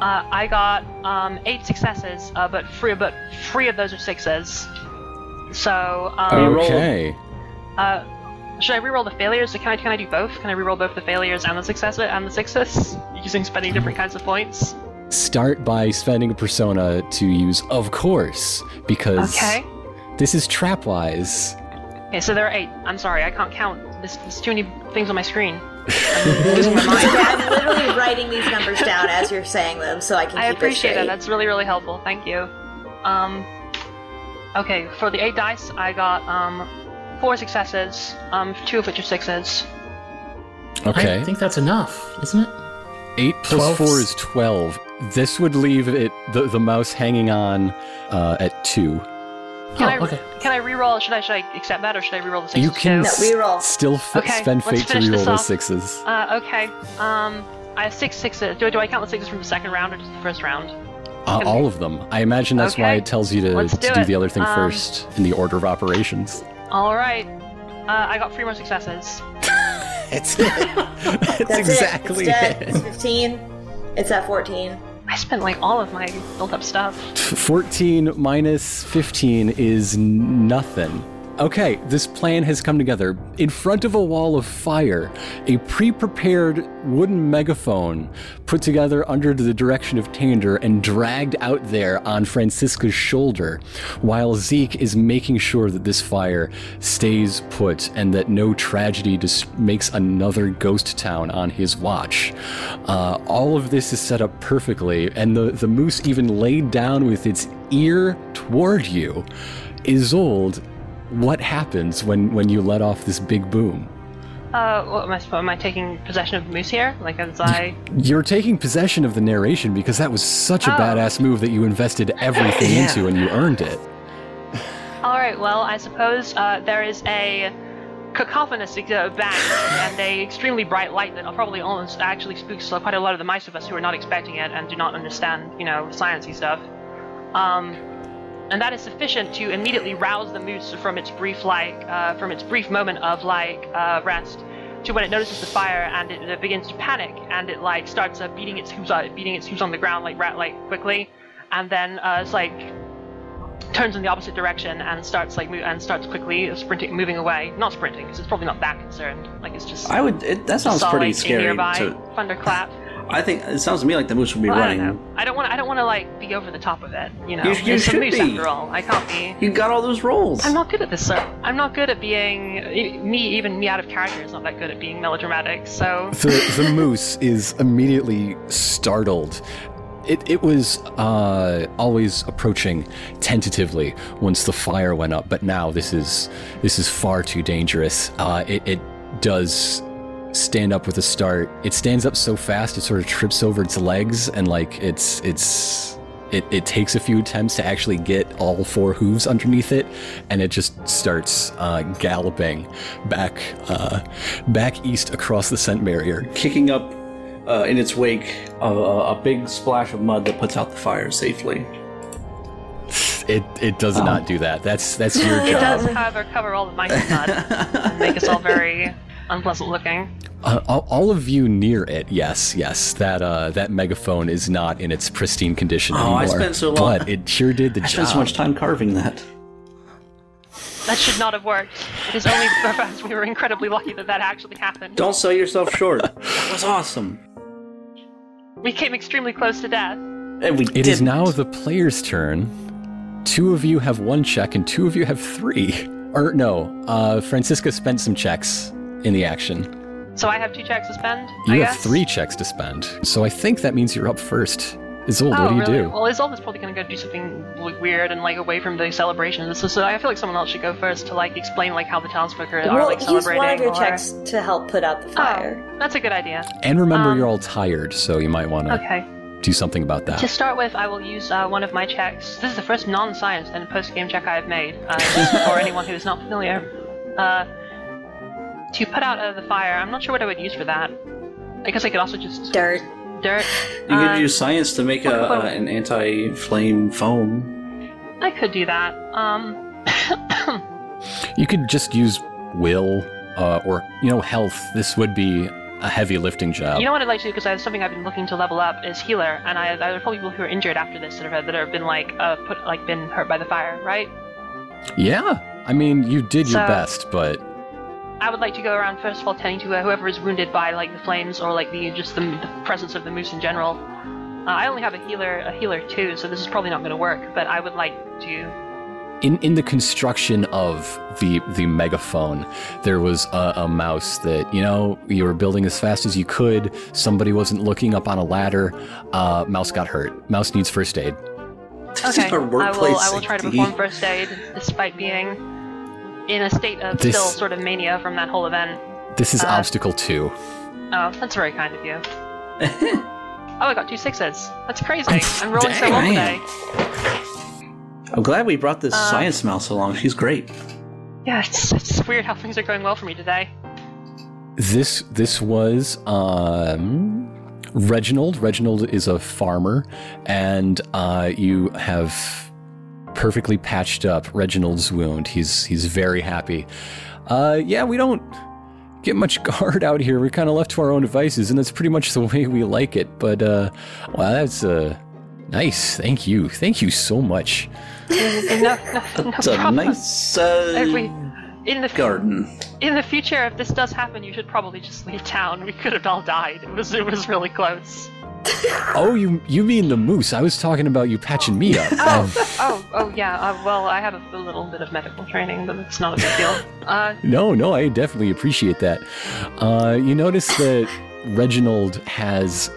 [SPEAKER 2] uh, I got um, eight successes, uh, but three, but three of those are sixes. So um,
[SPEAKER 5] roll-
[SPEAKER 1] Okay.
[SPEAKER 2] uh, should I reroll the failures? Can I can I do both? Can I reroll both the failures and the successes and the sixes *laughs* using spending different kinds of points?
[SPEAKER 1] Start by spending a persona to use, of course, because
[SPEAKER 2] Okay.
[SPEAKER 1] this is trapwise.
[SPEAKER 2] Okay, so there are eight. I'm sorry, I can't count. There's, there's too many things on my screen. I'm losing
[SPEAKER 3] *laughs*
[SPEAKER 2] my mind.
[SPEAKER 3] Yeah, I'm literally writing these numbers down as you're saying them, so I can.
[SPEAKER 2] I
[SPEAKER 3] keep
[SPEAKER 2] appreciate
[SPEAKER 3] it.
[SPEAKER 2] it.
[SPEAKER 3] straight.
[SPEAKER 2] That's really, really helpful. Thank you. Um, okay, for the eight dice, I got um, four successes, um, two of which are sixes.
[SPEAKER 1] Okay.
[SPEAKER 4] I think that's enough, isn't it?
[SPEAKER 1] Eight plus
[SPEAKER 4] Twelve.
[SPEAKER 1] four is twelve. This would leave it the, the mouse hanging on uh, at two.
[SPEAKER 2] Can I
[SPEAKER 4] oh, okay.
[SPEAKER 2] can I reroll? Should I should I accept that or should I reroll the sixes?
[SPEAKER 1] You can
[SPEAKER 2] too?
[SPEAKER 3] No, we roll.
[SPEAKER 1] s- still f-
[SPEAKER 2] Okay,
[SPEAKER 1] spend
[SPEAKER 2] let's
[SPEAKER 1] fate to
[SPEAKER 2] finish
[SPEAKER 1] reroll
[SPEAKER 2] this
[SPEAKER 1] those
[SPEAKER 2] off.
[SPEAKER 1] sixes.
[SPEAKER 2] Uh, okay. Um, I have six sixes. Do, do I count the sixes from the second round or just the first round?
[SPEAKER 1] Uh, all of them. I imagine that's why
[SPEAKER 2] Okay.
[SPEAKER 1] it tells you to
[SPEAKER 2] Let's
[SPEAKER 1] to
[SPEAKER 2] do
[SPEAKER 1] do,
[SPEAKER 2] it.
[SPEAKER 1] the other thing
[SPEAKER 2] Um,
[SPEAKER 1] first in the order of operations.
[SPEAKER 2] All right. Uh, I got three more successes.
[SPEAKER 1] It's That's,
[SPEAKER 3] That's it. It's dead. It's fifteen. It's at fourteen.
[SPEAKER 2] I spent like all of my built-up stuff.
[SPEAKER 1] 14 minus 15 is n- nothing. Okay, this plan has come together. In front of a wall of fire, a pre prepared wooden megaphone put together under the direction of Tander and dragged out there on Francisca's shoulder, while Zeke is making sure that this fire stays put and that no tragedy dis- makes another ghost town on his watch. Uh, all of this is set up perfectly, and the, the moose even laid down with its ear toward you. Isolde, what happens when, when you let off this big boom?
[SPEAKER 2] Uh, what am I? supposed- Am I taking possession of Moose here? Like, as I
[SPEAKER 1] You're taking possession of the narration because that was such a
[SPEAKER 2] Oh.
[SPEAKER 1] badass move that you invested everything
[SPEAKER 5] Yeah.
[SPEAKER 1] into and you earned it.
[SPEAKER 2] All right. Well, I suppose uh, there is a cacophonous uh, bang and a extremely bright light that probably almost actually spooks quite a lot of the mice of us who are not expecting it and do not understand, you know, sciencey stuff. Um, and that is sufficient to immediately rouse the moose from its brief like uh, from its brief moment of like uh, rest to when it notices the fire and it, it begins to panic and it like starts uh, beating its hooves on, beating its hooves on the ground like rat like quickly and then uh, it's like turns in the opposite direction and starts like mo- and starts quickly sprinting, moving away. Not sprinting, because it's probably not that concerned. Like it's just.
[SPEAKER 5] I would. It, that
[SPEAKER 2] just
[SPEAKER 5] sounds
[SPEAKER 2] saw,
[SPEAKER 5] pretty
[SPEAKER 2] like, a
[SPEAKER 5] scary.
[SPEAKER 2] Nearby
[SPEAKER 5] To,
[SPEAKER 2] thunderclap.
[SPEAKER 5] I think it sounds to me like the moose would be
[SPEAKER 2] Well, I don't
[SPEAKER 5] running.
[SPEAKER 2] know. I don't want. to. I don't want to like be over the top of it. You know,
[SPEAKER 5] You- you
[SPEAKER 2] it's a
[SPEAKER 5] should
[SPEAKER 2] moose
[SPEAKER 5] be.
[SPEAKER 2] after all. I can't be.
[SPEAKER 5] You got all those rolls.
[SPEAKER 2] I'm not good at this, sir. I'm not good at being e- me. Even me out of character is not that good at being melodramatic. So
[SPEAKER 1] The, the moose is immediately startled. It, it was uh, always approaching tentatively once the fire went up, but now this is this is far too dangerous. Uh, it, it does stand up with a start. It stands up so fast it sort of trips over its legs and like it's it's it, it takes a few attempts to actually get all four hooves underneath it, and it just starts uh, galloping back uh, back east across the scent barrier.
[SPEAKER 5] kicking up uh, in its wake a, a a big splash of mud that puts out the fire safely.
[SPEAKER 1] It it does not do that. That's that's your
[SPEAKER 2] it
[SPEAKER 1] job.
[SPEAKER 2] does, however, cover all the
[SPEAKER 5] *laughs*
[SPEAKER 2] mice and mud and make us all very unpleasant looking.
[SPEAKER 1] Uh, all, all of you near it, yes, yes. That uh, that megaphone is not in its pristine condition
[SPEAKER 5] Oh,
[SPEAKER 1] anymore.
[SPEAKER 5] I spent so long-
[SPEAKER 1] But it sure did the
[SPEAKER 5] I spent
[SPEAKER 1] job.
[SPEAKER 5] so much time carving that.
[SPEAKER 2] That should not have worked. It is only because we were incredibly lucky that that actually happened.
[SPEAKER 5] Don't sell yourself *laughs* short. that was awesome.
[SPEAKER 2] We came extremely close to death.
[SPEAKER 5] And we
[SPEAKER 1] It is now the player's turn. Two of you have one check, and two of you have three. Or no, uh, Francisca spent some checks in the action.
[SPEAKER 2] So I have two checks to spend. I
[SPEAKER 1] You have
[SPEAKER 2] guess?
[SPEAKER 1] three checks to spend, so I think that means you're up first. Isolde,
[SPEAKER 2] Oh,
[SPEAKER 1] what do you
[SPEAKER 2] really?
[SPEAKER 1] do?
[SPEAKER 2] Well, Isolde is probably going to go do something like, weird and like away from the celebration. So, so I feel like someone else should go first to like explain like how the townsfolk are, are
[SPEAKER 3] Well,
[SPEAKER 2] like
[SPEAKER 3] use
[SPEAKER 2] celebrating.
[SPEAKER 3] one of your
[SPEAKER 2] or-
[SPEAKER 3] checks to help put out the fire.
[SPEAKER 2] Oh, that's a good idea.
[SPEAKER 1] and remember,
[SPEAKER 2] um,
[SPEAKER 1] you're all tired, so you might want to
[SPEAKER 2] Okay.
[SPEAKER 1] do something about that.
[SPEAKER 2] To start with, I will use uh, one of my checks. This is the first non-science and post-game check I have made, uh, *laughs* just for anyone who is not familiar. Uh, to put out uh, the fire, I'm not sure what I would use for that. I guess I could also just
[SPEAKER 3] Dirt.
[SPEAKER 2] dirt.
[SPEAKER 5] You
[SPEAKER 2] Uh,
[SPEAKER 5] could use science to make a,
[SPEAKER 2] what- what-
[SPEAKER 5] a- an anti-flame foam. *laughs*
[SPEAKER 2] I could do that. Um, *coughs*
[SPEAKER 1] You could just use will uh, or you know health. This would be a heavy lifting job.
[SPEAKER 5] Oh.
[SPEAKER 2] you know what I'd like to do because I have something I've been looking to level up is healer, and I, I there are probably people who are injured after this that have that have been like uh, put like been hurt by the fire, right?
[SPEAKER 1] yeah, I mean you did your
[SPEAKER 2] So-
[SPEAKER 1] best, but
[SPEAKER 2] I would like to go around first of all tending to uh, whoever is wounded by like the flames or like the just the, the presence of the moose in general. Uh, I only have a healer, a healer too, so this is probably not going to work. But I would like to.
[SPEAKER 1] in in the construction of the the megaphone, there was a, a mouse that you know you were building as fast as you could. Somebody wasn't looking up on a ladder. Uh, mouse got hurt. Mouse needs first aid.
[SPEAKER 5] This is our
[SPEAKER 2] I will.
[SPEAKER 5] workplace
[SPEAKER 2] I will try to
[SPEAKER 5] safety.
[SPEAKER 2] perform first aid despite being in a state of
[SPEAKER 1] This-
[SPEAKER 2] still sort of mania from that whole event.
[SPEAKER 1] This is
[SPEAKER 2] Uh,
[SPEAKER 1] obstacle two.
[SPEAKER 2] Oh, that's very kind of you.
[SPEAKER 1] *laughs*
[SPEAKER 2] oh, I got two sixes. That's crazy.
[SPEAKER 1] *laughs*
[SPEAKER 2] I'm rolling so
[SPEAKER 5] Dang,
[SPEAKER 2] well
[SPEAKER 5] man.
[SPEAKER 2] today.
[SPEAKER 5] I'm glad we brought
[SPEAKER 2] Uh,
[SPEAKER 5] this science mouse along. She's great.
[SPEAKER 2] Yeah, it's, it's weird how things are going well for me today.
[SPEAKER 1] This this was um, Reginald. Reginald is a farmer, and uh, you have perfectly patched up Reginald's wound. He's he's very happy. Uh, yeah, we don't get much *laughs* guard out here. We're kind of left to our own devices, and that's pretty much the way we like it. But uh, well, that's uh, nice. Thank you, thank you so much. *laughs*
[SPEAKER 2] No, no, no
[SPEAKER 5] It's
[SPEAKER 2] *laughs*
[SPEAKER 5] a
[SPEAKER 2] problem.
[SPEAKER 5] nice uh,
[SPEAKER 2] If we- in the
[SPEAKER 5] garden.
[SPEAKER 2] In the future, if this does happen, you should probably just leave town. We could have all died. It was it was
[SPEAKER 1] *laughs*
[SPEAKER 2] really close.
[SPEAKER 1] Oh, you you mean the moose? I was talking about you patching me up. Um,
[SPEAKER 2] Oh, oh yeah. Uh, well, I have a, little bit of medical training, but it's not a big deal.
[SPEAKER 1] *laughs*
[SPEAKER 2] Uh,
[SPEAKER 1] No, no, I definitely appreciate that. Uh, you notice that Reginald has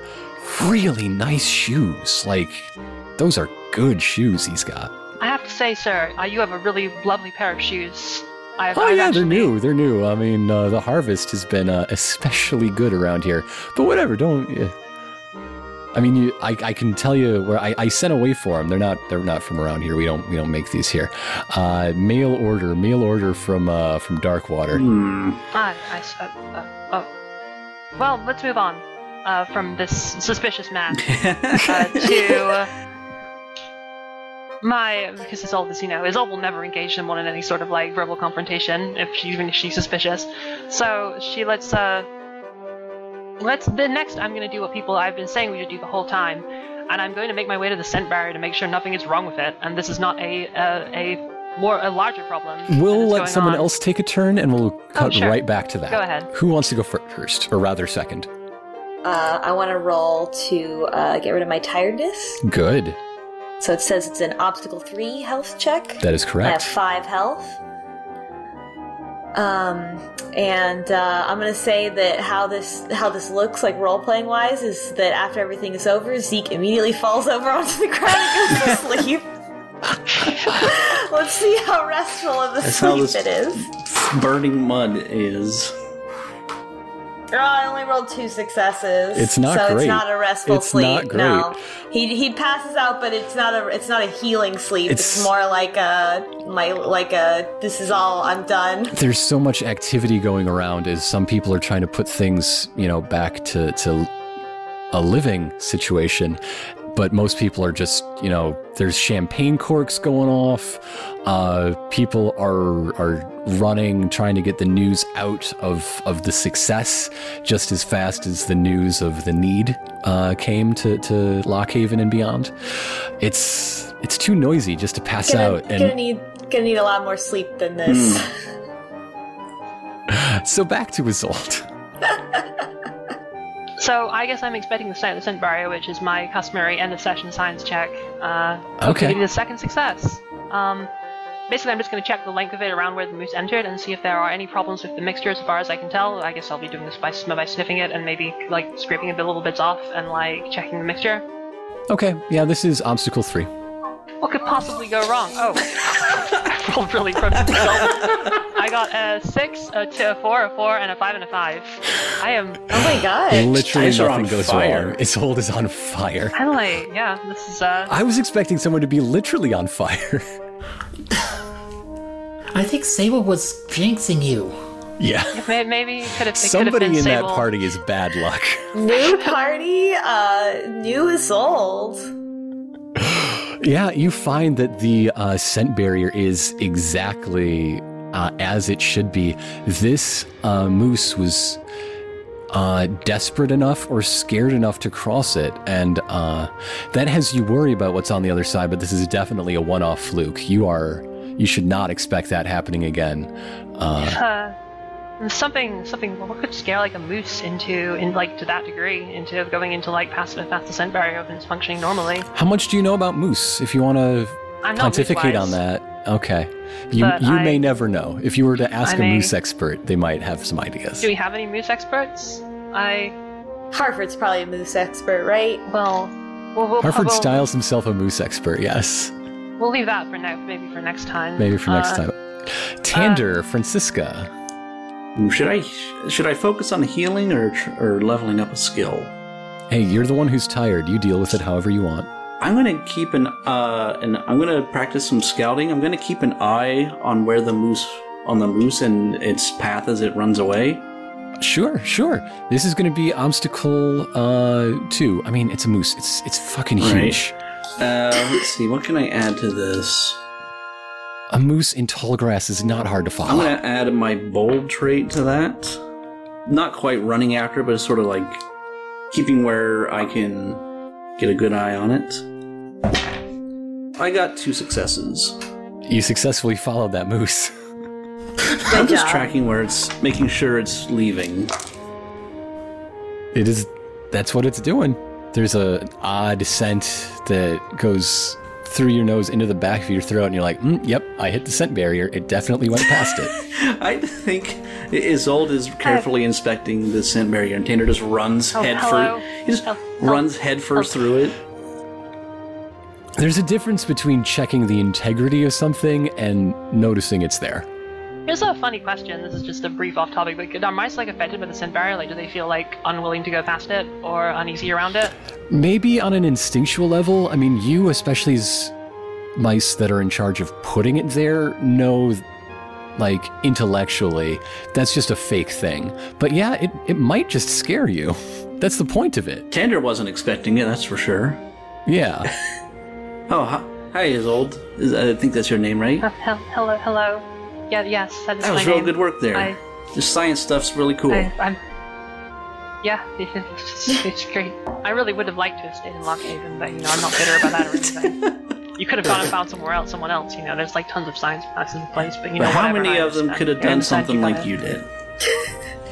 [SPEAKER 1] really nice shoes. Like, those are good shoes he's got.
[SPEAKER 2] I have to say, sir, uh, you have a really lovely pair of shoes. I've,
[SPEAKER 1] Oh
[SPEAKER 2] I've
[SPEAKER 1] yeah, they're
[SPEAKER 2] actually-
[SPEAKER 1] new. They're new. I mean, uh, the harvest has been uh, especially good around here. But whatever, don't. yeah. I mean, you, I, I can tell you where I, I sent away for them. They're not they're not from around here. We don't we don't make these here. Uh, mail order, mail order from uh, from Darkwater.
[SPEAKER 5] Hmm. *laughs*
[SPEAKER 2] Ah, I s- uh, uh, oh. Well, let's move on uh, from this suspicious man
[SPEAKER 1] *laughs*
[SPEAKER 2] uh, to uh, my because Isolde, as you know, Isolde will never engage someone in any sort of like verbal confrontation if she, even if she's suspicious. So she lets uh let's the next I'm gonna do what people I've been saying we should do the whole time, and I'm going to make my way to the scent barrier to make sure nothing is wrong with it, and this is not a uh, a more a larger problem.
[SPEAKER 1] We'll
[SPEAKER 2] that's
[SPEAKER 1] let
[SPEAKER 2] going
[SPEAKER 1] someone
[SPEAKER 2] on. Oh,
[SPEAKER 1] else take a turn, and we'll cut
[SPEAKER 2] sure.
[SPEAKER 1] right back to that.
[SPEAKER 2] Go ahead.
[SPEAKER 1] Who wants to go fir- first, or rather second?
[SPEAKER 3] Uh, I want to roll to uh, get rid of my tiredness.
[SPEAKER 1] Good.
[SPEAKER 3] So it says it's an obstacle three health check.
[SPEAKER 1] That is
[SPEAKER 3] I have
[SPEAKER 1] correct.
[SPEAKER 3] five health. Um, and uh, I'm gonna say that how this how this looks like role playing wise is that after everything is over, Zeke immediately falls over *laughs* onto the ground and goes to sleep. *laughs* Let's see how restful of a
[SPEAKER 5] That's how
[SPEAKER 3] sleep
[SPEAKER 5] this-
[SPEAKER 3] it is.
[SPEAKER 5] Burning mud is.
[SPEAKER 3] Oh, I only rolled two successes.
[SPEAKER 1] It's not
[SPEAKER 3] so
[SPEAKER 1] great.
[SPEAKER 3] it's not a restful
[SPEAKER 1] It's
[SPEAKER 3] sleep.
[SPEAKER 1] not
[SPEAKER 3] No, he he passes out, but it's not a it's not a healing sleep. It's,
[SPEAKER 1] It's-
[SPEAKER 3] more like a my like a this is all I'm done.
[SPEAKER 1] There's so much activity going around as some people are trying to put things, you know, back to, to a living situation. But most people are just, you know, there's champagne corks going off. Uh, people are are running, trying to get the news out of, of the success just as fast as the news of the need uh, came to, to Lockhaven and beyond. It's it's too noisy just to pass
[SPEAKER 3] gonna,
[SPEAKER 1] out. And
[SPEAKER 3] gonna need gonna need a lot more sleep than this.
[SPEAKER 1] *laughs*
[SPEAKER 5] Hmm.
[SPEAKER 1] so back to Isolde.
[SPEAKER 2] So I guess I'm expecting the scent, the scent barrier, which is my customary end of session science check. Uh,
[SPEAKER 1] Okay.
[SPEAKER 2] Give me the second success. Um, basically, I'm just going to check the length of it around where the moose entered and see if there are any problems with the mixture. As far as I can tell, I guess I'll be doing this by sm- by sniffing it and maybe like scraping a bit, little bits off and like checking the mixture.
[SPEAKER 1] Okay, yeah, this is obstacle three.
[SPEAKER 2] What could possibly go wrong? Oh, *laughs* I rolled really close to myself. I got a six, a two, a four, a four, and a five, and a five. I am.
[SPEAKER 3] *laughs* Oh my god.
[SPEAKER 1] Literally
[SPEAKER 5] dice are
[SPEAKER 1] nothing
[SPEAKER 5] on
[SPEAKER 1] goes
[SPEAKER 5] fire.
[SPEAKER 1] wrong. Its hold is on fire.
[SPEAKER 2] I'm like, yeah, this is uh.
[SPEAKER 1] I was expecting someone to be literally on fire. *laughs*
[SPEAKER 4] I think Saber was jinxing you.
[SPEAKER 1] yeah.
[SPEAKER 2] May- Maybe it could have. it could have
[SPEAKER 1] Somebody
[SPEAKER 2] been
[SPEAKER 1] in that
[SPEAKER 2] Sable.
[SPEAKER 1] party is bad luck.
[SPEAKER 3] new party, uh, new is old.
[SPEAKER 1] yeah, you find that the uh, scent barrier is exactly uh, as it should be. This uh, moose was uh, desperate enough or scared enough to cross it, and uh, that has you worry about what's on the other side. But this is definitely a one-off fluke. You are you should not expect that happening again. Uh,
[SPEAKER 2] Uh, something, something. What could scare like a moose into, in like to that degree, into going into like past past the scent barrier when it's functioning normally?
[SPEAKER 1] How much do you know about moose? If you want to
[SPEAKER 2] I'm not
[SPEAKER 1] pontificate on
[SPEAKER 2] moose-wise.
[SPEAKER 1] that, okay. You
[SPEAKER 2] But
[SPEAKER 1] you
[SPEAKER 2] I-
[SPEAKER 1] may never know. If you were to ask
[SPEAKER 2] I
[SPEAKER 1] a
[SPEAKER 2] may-
[SPEAKER 1] moose expert, they might have some ideas.
[SPEAKER 2] Do we have any moose experts? I
[SPEAKER 3] Harford's probably a moose expert, right?
[SPEAKER 2] well, we'll we'll,
[SPEAKER 1] Harford
[SPEAKER 2] we'll,
[SPEAKER 1] styles himself a moose expert. Yes,
[SPEAKER 2] we'll leave that for now, maybe for next time.
[SPEAKER 1] maybe for next
[SPEAKER 2] Uh,
[SPEAKER 1] time.
[SPEAKER 5] uh,
[SPEAKER 1] Tander, Francisca.
[SPEAKER 5] Should I should I focus on healing or tr- or leveling up a skill?
[SPEAKER 1] Hey, you're the one who's tired. You deal with it however you want.
[SPEAKER 5] I'm gonna keep an uh, and I'm gonna practice some scouting. I'm gonna keep an eye on where the moose on the moose and its path as it runs away.
[SPEAKER 1] Sure, sure. This is going to be obstacle uh two. I mean, it's a moose. It's it's fucking
[SPEAKER 5] Right.
[SPEAKER 1] huge.
[SPEAKER 5] Uh, let's see, what can I add to this?
[SPEAKER 1] A moose in tall grass is not hard to follow.
[SPEAKER 5] I'm gonna add my bold trait to that. Not quite running after, but it's sort of like keeping where I can get a good eye on it. I got two successes.
[SPEAKER 1] You successfully followed that moose.
[SPEAKER 5] I'm just
[SPEAKER 3] job.
[SPEAKER 5] tracking where it's making sure it's leaving.
[SPEAKER 1] It is. That's what it's doing. There's a an odd scent that goes through your nose into the back of your throat, and you're like, mm, "Yep, I hit the scent barrier. It definitely went past it."
[SPEAKER 5] *laughs* I think Isolde is
[SPEAKER 2] Uh,
[SPEAKER 5] carefully inspecting the scent barrier, and Tanner just runs head
[SPEAKER 2] Oh, hello. Oh,
[SPEAKER 5] first. He just
[SPEAKER 2] Help, help,
[SPEAKER 5] runs head first through it.
[SPEAKER 1] There's a difference between checking the integrity of something and noticing it's there.
[SPEAKER 2] Here's a funny question. This is just a brief off topic, but are mice like affected by the scent barrier? Like, do they feel like unwilling to go past it or uneasy around it?
[SPEAKER 1] Maybe on an instinctual level, I mean, you, especially as mice that are in charge of putting it there, know, like, intellectually, that's just a fake thing. But yeah, it, it might just scare you. *laughs* That's the point of it.
[SPEAKER 5] Tander wasn't expecting it, that's for sure.
[SPEAKER 1] Yeah.
[SPEAKER 5] Oh, hi, hi Isold. Is, I think that's your name, right?
[SPEAKER 2] Uh, hel- hello, hello. Yeah, yes, that is
[SPEAKER 5] That
[SPEAKER 2] my
[SPEAKER 5] was real
[SPEAKER 2] name.
[SPEAKER 5] good work there.
[SPEAKER 2] I-
[SPEAKER 5] the science stuff's really cool.
[SPEAKER 2] I, I'm. Yeah, it's, it's great. I really would have liked to have stayed in Lockhaven, but you know, I'm not bitter about that or anything.
[SPEAKER 5] *laughs*
[SPEAKER 2] You could have gone and found somewhere else, someone else. You know, there's like tons of science classes in place, but you know,
[SPEAKER 5] but how
[SPEAKER 2] whatever,
[SPEAKER 5] many
[SPEAKER 2] I
[SPEAKER 5] of them
[SPEAKER 2] understand.
[SPEAKER 5] could have
[SPEAKER 2] You
[SPEAKER 5] done
[SPEAKER 2] understand,
[SPEAKER 5] something
[SPEAKER 2] you
[SPEAKER 5] like
[SPEAKER 2] gotta-
[SPEAKER 5] you did?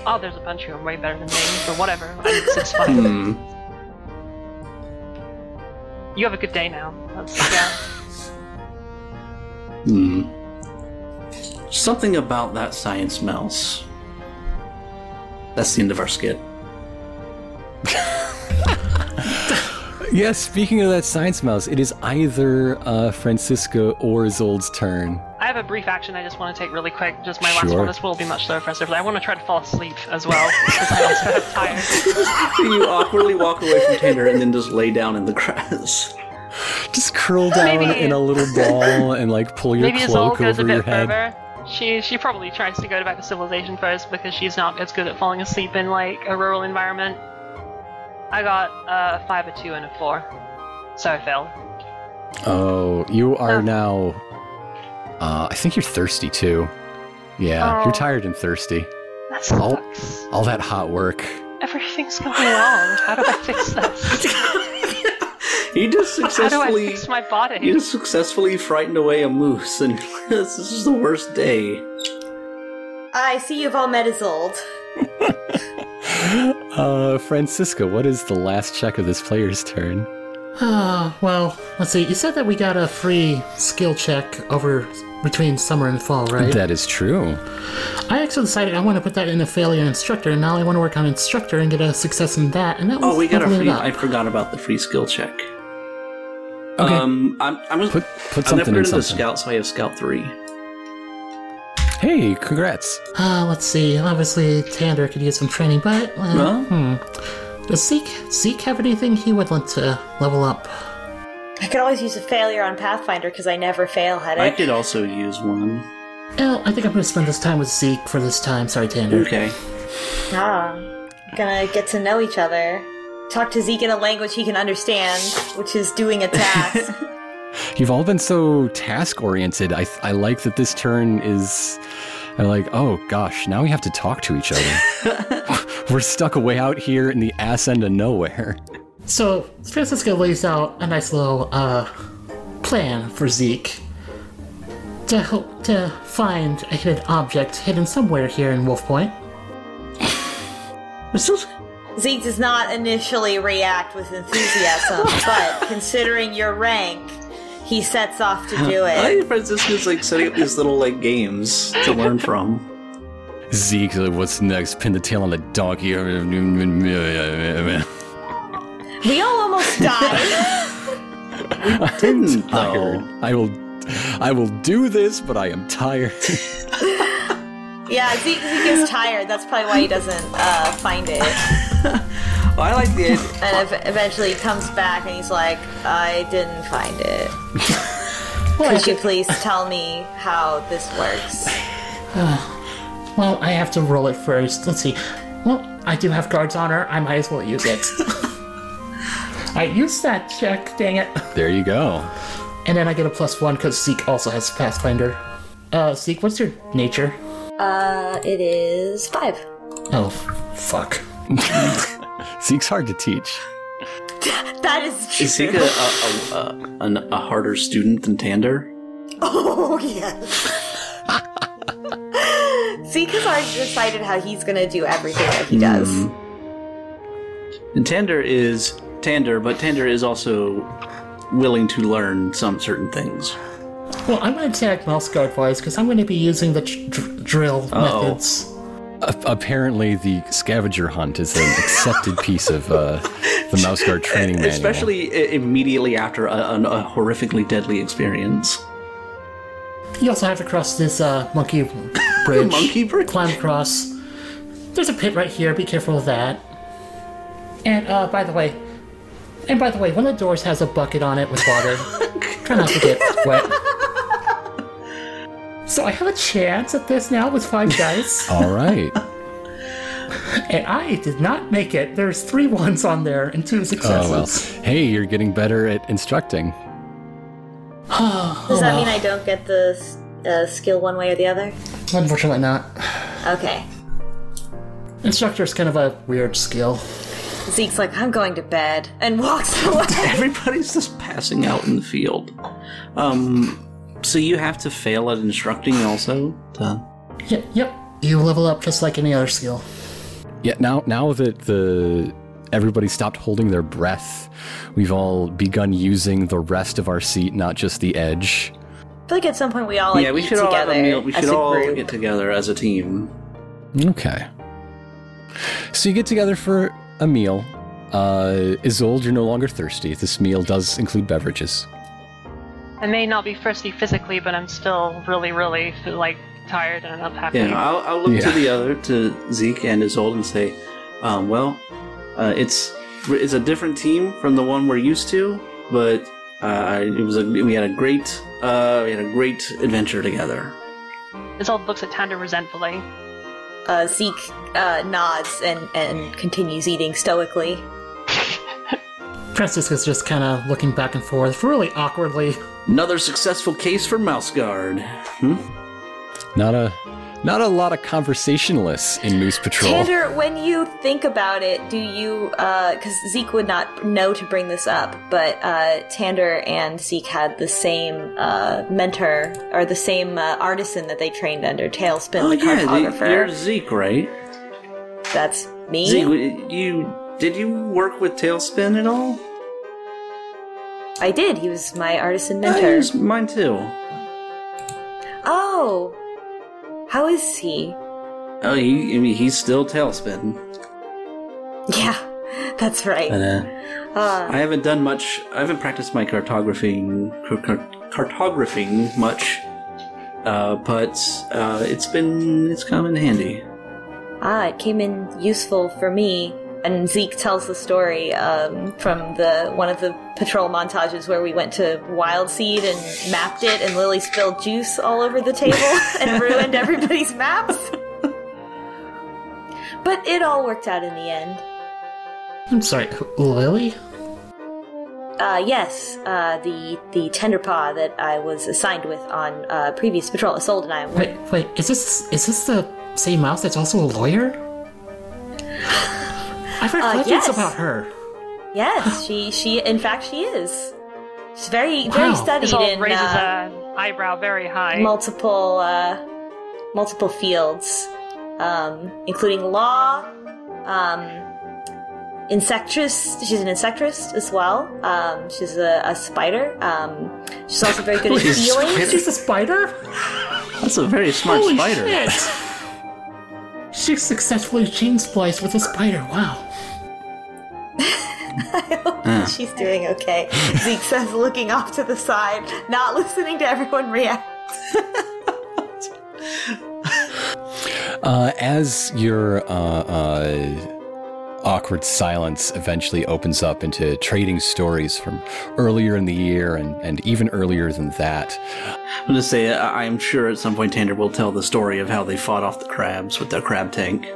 [SPEAKER 2] Oh, there's a bunch of them way better than me, but whatever.
[SPEAKER 5] *laughs*
[SPEAKER 2] I'm satisfied.
[SPEAKER 5] Hmm.
[SPEAKER 2] you have a good day now. That's, yeah.
[SPEAKER 5] Hmm. Something about that science mouse. That's the end of
[SPEAKER 2] *laughs*
[SPEAKER 5] our skit.
[SPEAKER 1] Yeah, speaking of that science mouse, it is either uh, Francisco or Zold's turn.
[SPEAKER 2] I have a brief action I just want to take really quick. Just my last
[SPEAKER 1] Sure.
[SPEAKER 2] one. This will be much slower for us, but I want to try to fall asleep as well because I also
[SPEAKER 5] *laughs*
[SPEAKER 2] have tired.
[SPEAKER 5] you awkwardly walk away from Tander and then just lay down in the grass.
[SPEAKER 1] Just curl down
[SPEAKER 2] *laughs* Maybe-
[SPEAKER 1] in a little ball and like pull your
[SPEAKER 2] Maybe Azul
[SPEAKER 1] cloak
[SPEAKER 2] goes
[SPEAKER 1] over
[SPEAKER 2] a
[SPEAKER 1] your
[SPEAKER 2] bit
[SPEAKER 1] head.
[SPEAKER 2] further. She she probably tries to go back to civilization first because she's not as good at falling asleep in like a rural environment. I got uh, a five, a two, and a four, so I failed.
[SPEAKER 1] Oh, you are
[SPEAKER 2] Oh.
[SPEAKER 1] now. Uh, I think you're thirsty too. Yeah,
[SPEAKER 2] Oh.
[SPEAKER 1] you're tired and thirsty.
[SPEAKER 2] That
[SPEAKER 1] Oh.
[SPEAKER 2] sucks.
[SPEAKER 1] All that hot work.
[SPEAKER 2] Everything's going wrong. How do I
[SPEAKER 1] *laughs*
[SPEAKER 2] fix this?
[SPEAKER 5] You just
[SPEAKER 2] How do I
[SPEAKER 5] successfully
[SPEAKER 2] fix my
[SPEAKER 5] you
[SPEAKER 2] body?
[SPEAKER 5] just successfully frightened away a moose, and *laughs* this is the worst day.
[SPEAKER 3] I see you've all met Isolde.
[SPEAKER 1] Uh, Francisca, what is the last check of this player's turn?
[SPEAKER 4] Ah, well, let's see. You said that we got a free skill check over between summer and fall, right?
[SPEAKER 1] That is true.
[SPEAKER 4] I actually decided I want to put that in a failure instructor, and now I want to work on instructor and get a success in that. And that
[SPEAKER 5] Oh,
[SPEAKER 4] was
[SPEAKER 5] we got a
[SPEAKER 4] leveling
[SPEAKER 5] free.
[SPEAKER 4] it up.
[SPEAKER 5] I forgot about the free skill check.
[SPEAKER 1] Okay.
[SPEAKER 5] Um, I'm, I'm gonna
[SPEAKER 1] Put- put
[SPEAKER 5] I'm gonna
[SPEAKER 1] something
[SPEAKER 5] put
[SPEAKER 1] in
[SPEAKER 5] it into
[SPEAKER 1] something.
[SPEAKER 5] scout, so I have scout three.
[SPEAKER 1] Hey, congrats.
[SPEAKER 4] Uh, let's see. Obviously, Tander could use some training, but uh,
[SPEAKER 5] Huh?
[SPEAKER 4] hmm. does Zeke Zeke have anything he would like to level up?
[SPEAKER 3] I could always use a failure on Pathfinder because I never fail at
[SPEAKER 5] I
[SPEAKER 3] it.
[SPEAKER 5] could also use one.
[SPEAKER 4] Well, I think I'm going to spend this time with Zeke for this time. Sorry, Tander.
[SPEAKER 5] Okay.
[SPEAKER 3] Ah, gonna get to know each other. Talk to Zeke in a language he can understand, which is doing a
[SPEAKER 5] *laughs*
[SPEAKER 3] task.
[SPEAKER 1] You've all been so task oriented. I, I like that this turn is. I'm like, oh gosh, now we have to talk to each other. We're stuck way out here in the ass end of nowhere.
[SPEAKER 4] So Francisco lays out a nice little uh, plan for Zeke to help to find a hidden object hidden somewhere here in Wolf Point.
[SPEAKER 5] This is-
[SPEAKER 3] Zeke does not initially react with
[SPEAKER 5] *laughs*
[SPEAKER 3] enthusiasm, but considering your rank, he sets off to do
[SPEAKER 5] I
[SPEAKER 3] it.
[SPEAKER 5] think Francisco's like setting up these little like games to learn
[SPEAKER 1] *laughs*
[SPEAKER 5] from.
[SPEAKER 1] Zeke, like, what's next? Pin the tail on the donkey. I'm
[SPEAKER 3] We all almost *laughs* died.
[SPEAKER 5] Didn't
[SPEAKER 1] tired. I will, I will do this, but I am tired. *laughs*
[SPEAKER 3] yeah, Zeke, Zeke is tired. That's probably why he doesn't uh, find it.
[SPEAKER 5] *laughs* Well, I like the idea.
[SPEAKER 3] And ev- eventually he comes back and he's like, I didn't find
[SPEAKER 5] *laughs*
[SPEAKER 3] it. Could you please tell me how this works?
[SPEAKER 4] Well, I have to roll it first. Let's see. Well, I do have guard's honor. I might as well use it. I used that check. Dang it.
[SPEAKER 1] There you go.
[SPEAKER 4] And then I get a plus one because Zeke also has Pathfinder. Uh, Zeke, what's your nature?
[SPEAKER 3] Uh, it is five.
[SPEAKER 4] Oh, fuck.
[SPEAKER 1] Zeke's hard to teach.
[SPEAKER 3] That is true.
[SPEAKER 5] Is he a, a, a, an- a harder student than Tander?
[SPEAKER 3] *laughs* Oh yes. *laughs* See, because I decided how he's gonna do everything that he does.
[SPEAKER 5] Mm. And Tander is Tander, but Tander is also willing to learn some certain things.
[SPEAKER 4] Well, I'm going to tag mouse guard wise because I'm going to be using the dr- dr- drill
[SPEAKER 5] Uh-oh.
[SPEAKER 4] methods.
[SPEAKER 1] A- apparently, the scavenger hunt is an accepted piece of uh, the mouse guard training manual.
[SPEAKER 5] Especially i- immediately after a, an- a horrifically deadly experience.
[SPEAKER 4] You also have to cross this uh, monkey bridge.
[SPEAKER 5] monkey bridge?
[SPEAKER 4] Climb across. There's a pit right here. Be careful of that. And uh, by the way, and by the way, one of the doors has a bucket on it with water. Try not to get wet. So I have a chance at this now with five dice,
[SPEAKER 1] All right. Oh,
[SPEAKER 4] and I did not make it. There's three ones on there and two
[SPEAKER 1] Oh, well.
[SPEAKER 4] successes.
[SPEAKER 1] Hey, you're getting better at instructing.
[SPEAKER 4] Oh,
[SPEAKER 3] Does that
[SPEAKER 4] well.
[SPEAKER 3] mean I don't get the s- uh, skill one way or the other?
[SPEAKER 4] Unfortunately, not.
[SPEAKER 3] Okay.
[SPEAKER 4] Instructor is kind of a weird skill.
[SPEAKER 3] Zeke's like, I'm going to bed, and walks *laughs* away.
[SPEAKER 5] Everybody's just passing out in the field. Um, so you have to fail at instructing also. To...
[SPEAKER 4] Yep, yep. You level up just like any other skill.
[SPEAKER 1] Yeah, now now that the everybody stopped holding their breath, we've all begun using the rest of our seat, not just the edge.
[SPEAKER 3] I feel like at some point we all like
[SPEAKER 5] yeah, we
[SPEAKER 3] eat
[SPEAKER 5] should all have
[SPEAKER 3] together
[SPEAKER 5] a meal. We
[SPEAKER 3] as
[SPEAKER 5] should
[SPEAKER 3] a
[SPEAKER 5] all
[SPEAKER 3] group.
[SPEAKER 5] get together as a team.
[SPEAKER 1] Okay. So you get together for a meal. Uh, Isolde, you're no longer thirsty. This meal does include beverages.
[SPEAKER 2] I may not be thirsty physically, but I'm still really, really like tired and unhappy.
[SPEAKER 5] Yeah, I'll, I'll look
[SPEAKER 1] Yeah.
[SPEAKER 5] to the other, to Zeke and Isolde, and say, um, "Well, uh, it's it's a different team from the one we're used to, but uh, it was a, we had a great uh, we had a great adventure together."
[SPEAKER 2] This all looks at Tander resentfully.
[SPEAKER 3] Uh, Zeke uh, nods and, and continues eating stoically.
[SPEAKER 4] Francisca's just kind of looking back and forth, really awkwardly.
[SPEAKER 5] Another successful case for Mouse Guard. Hmm?
[SPEAKER 1] Not a not a lot of conversationalists in Moose Patrol.
[SPEAKER 3] Tander, when you think about it, do you? Because Zeke would not know to bring this up, but uh, Tander and Zeke had the same uh, mentor or the same uh, artisan that they trained under, Tailspin, the
[SPEAKER 5] Oh, they-
[SPEAKER 3] cartographer.
[SPEAKER 5] you're Zeke, right?
[SPEAKER 3] That's me.
[SPEAKER 5] Zeke, w- you did you work with Tailspin at all?
[SPEAKER 3] I did. He was my artisan
[SPEAKER 5] Yeah,
[SPEAKER 3] mentor.
[SPEAKER 5] he's mine too.
[SPEAKER 3] Oh, how is he? *laughs*
[SPEAKER 5] Oh, he, I mean, he's still Tailspin.
[SPEAKER 3] Yeah, that's right.
[SPEAKER 5] But, uh,
[SPEAKER 3] Uh,
[SPEAKER 5] I haven't done much. I haven't practiced my cartographing, car- car- cartographing much, uh, but uh, it's been it's come in handy.
[SPEAKER 3] ah, it came in useful for me. And Zeke tells the story um, from the one of the patrol montages where we went to Wild Seed and mapped it, and Lily spilled juice all over the table *laughs* and ruined everybody's maps. But it all worked out in the end.
[SPEAKER 4] I'm sorry, Lily?
[SPEAKER 3] Uh, yes, uh, the the tender paw that I was assigned with on uh, previous patrol, Isolde and I were
[SPEAKER 4] Wait, wait, is this is this the same mouse that's also a lawyer? I've heard
[SPEAKER 3] Uh,
[SPEAKER 4] legends
[SPEAKER 3] yes.
[SPEAKER 4] about her.
[SPEAKER 3] Yes, she she in fact she is. She's very very
[SPEAKER 4] Wow.
[SPEAKER 2] This
[SPEAKER 3] studied
[SPEAKER 2] all
[SPEAKER 3] in
[SPEAKER 2] raises
[SPEAKER 3] uh,
[SPEAKER 2] an eyebrow very high.
[SPEAKER 3] multiple uh, multiple fields, um, including law. Um, insectress. She's an insectress as well. Um, she's a, a spider. Um, she's also very good at
[SPEAKER 5] Please,
[SPEAKER 3] healing. *laughs*
[SPEAKER 5] spider.
[SPEAKER 4] She's a spider?
[SPEAKER 5] That's a very smart
[SPEAKER 4] Holy
[SPEAKER 5] spider.
[SPEAKER 4] shit! she successfully gene spliced with a spider, wow.
[SPEAKER 3] She's doing okay. Zeke says, looking off to the side, not listening to everyone react.
[SPEAKER 1] Uh, as your uh, uh, awkward silence eventually opens up into trading stories from earlier in the year and, and even earlier than that,
[SPEAKER 5] I'm gonna say I- I'm sure at some point Tander will tell the story of how they fought off the crabs with their crab tank. *laughs*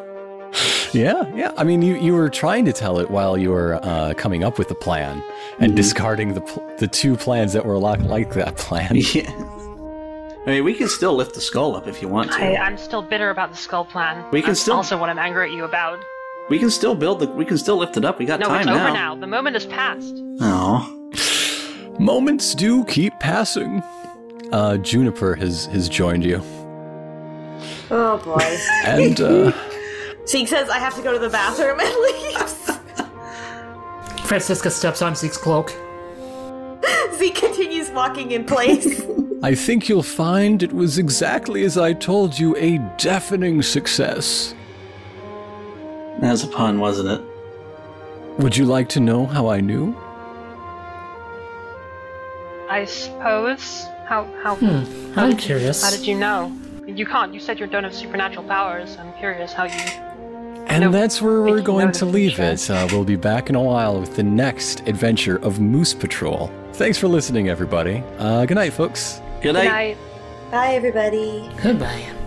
[SPEAKER 1] Yeah, yeah. I mean, you, you were trying to tell it while you were uh, coming up with the plan and discarding the pl- the two plans that were a lot like that plan.
[SPEAKER 5] *laughs* Yeah. I mean, we can still lift the skull up if you want to.
[SPEAKER 2] I, I'm still bitter about the skull plan.
[SPEAKER 5] We can
[SPEAKER 2] That's
[SPEAKER 5] still-
[SPEAKER 2] also what I'm angry at you about.
[SPEAKER 5] we can still build the. We can still lift it up. We got
[SPEAKER 2] no,
[SPEAKER 5] time
[SPEAKER 2] it's over
[SPEAKER 5] now.
[SPEAKER 2] now. The moment has passed.
[SPEAKER 5] Oh,
[SPEAKER 1] Moments do keep passing. Uh, Juniper has has joined you,
[SPEAKER 3] Oh boy.
[SPEAKER 1] and uh,
[SPEAKER 3] *laughs* Zeke says, I have to go to the bathroom and *laughs* leaves.
[SPEAKER 4] Francisca steps on Zeke's cloak.
[SPEAKER 3] Zeke continues walking in place.
[SPEAKER 1] I think you'll find it was exactly as I told you, a deafening success.
[SPEAKER 5] that was a pun, wasn't it?
[SPEAKER 1] Would you like to know how I knew?
[SPEAKER 2] I suppose. How? How?
[SPEAKER 4] I'm curious.
[SPEAKER 2] How did you know? You can't. You said you don't have supernatural powers. I'm curious how you.
[SPEAKER 1] And
[SPEAKER 2] No,
[SPEAKER 1] that's where
[SPEAKER 2] we
[SPEAKER 1] we're
[SPEAKER 2] can
[SPEAKER 1] going
[SPEAKER 2] go
[SPEAKER 1] to
[SPEAKER 2] to
[SPEAKER 1] leave
[SPEAKER 2] the
[SPEAKER 1] it. Uh, we'll be back in a while with the next adventure of Moose Patrol. Thanks for listening, everybody. Uh, good night, folks.
[SPEAKER 5] Good night.
[SPEAKER 2] Good night.
[SPEAKER 3] Bye, everybody.
[SPEAKER 4] Goodbye.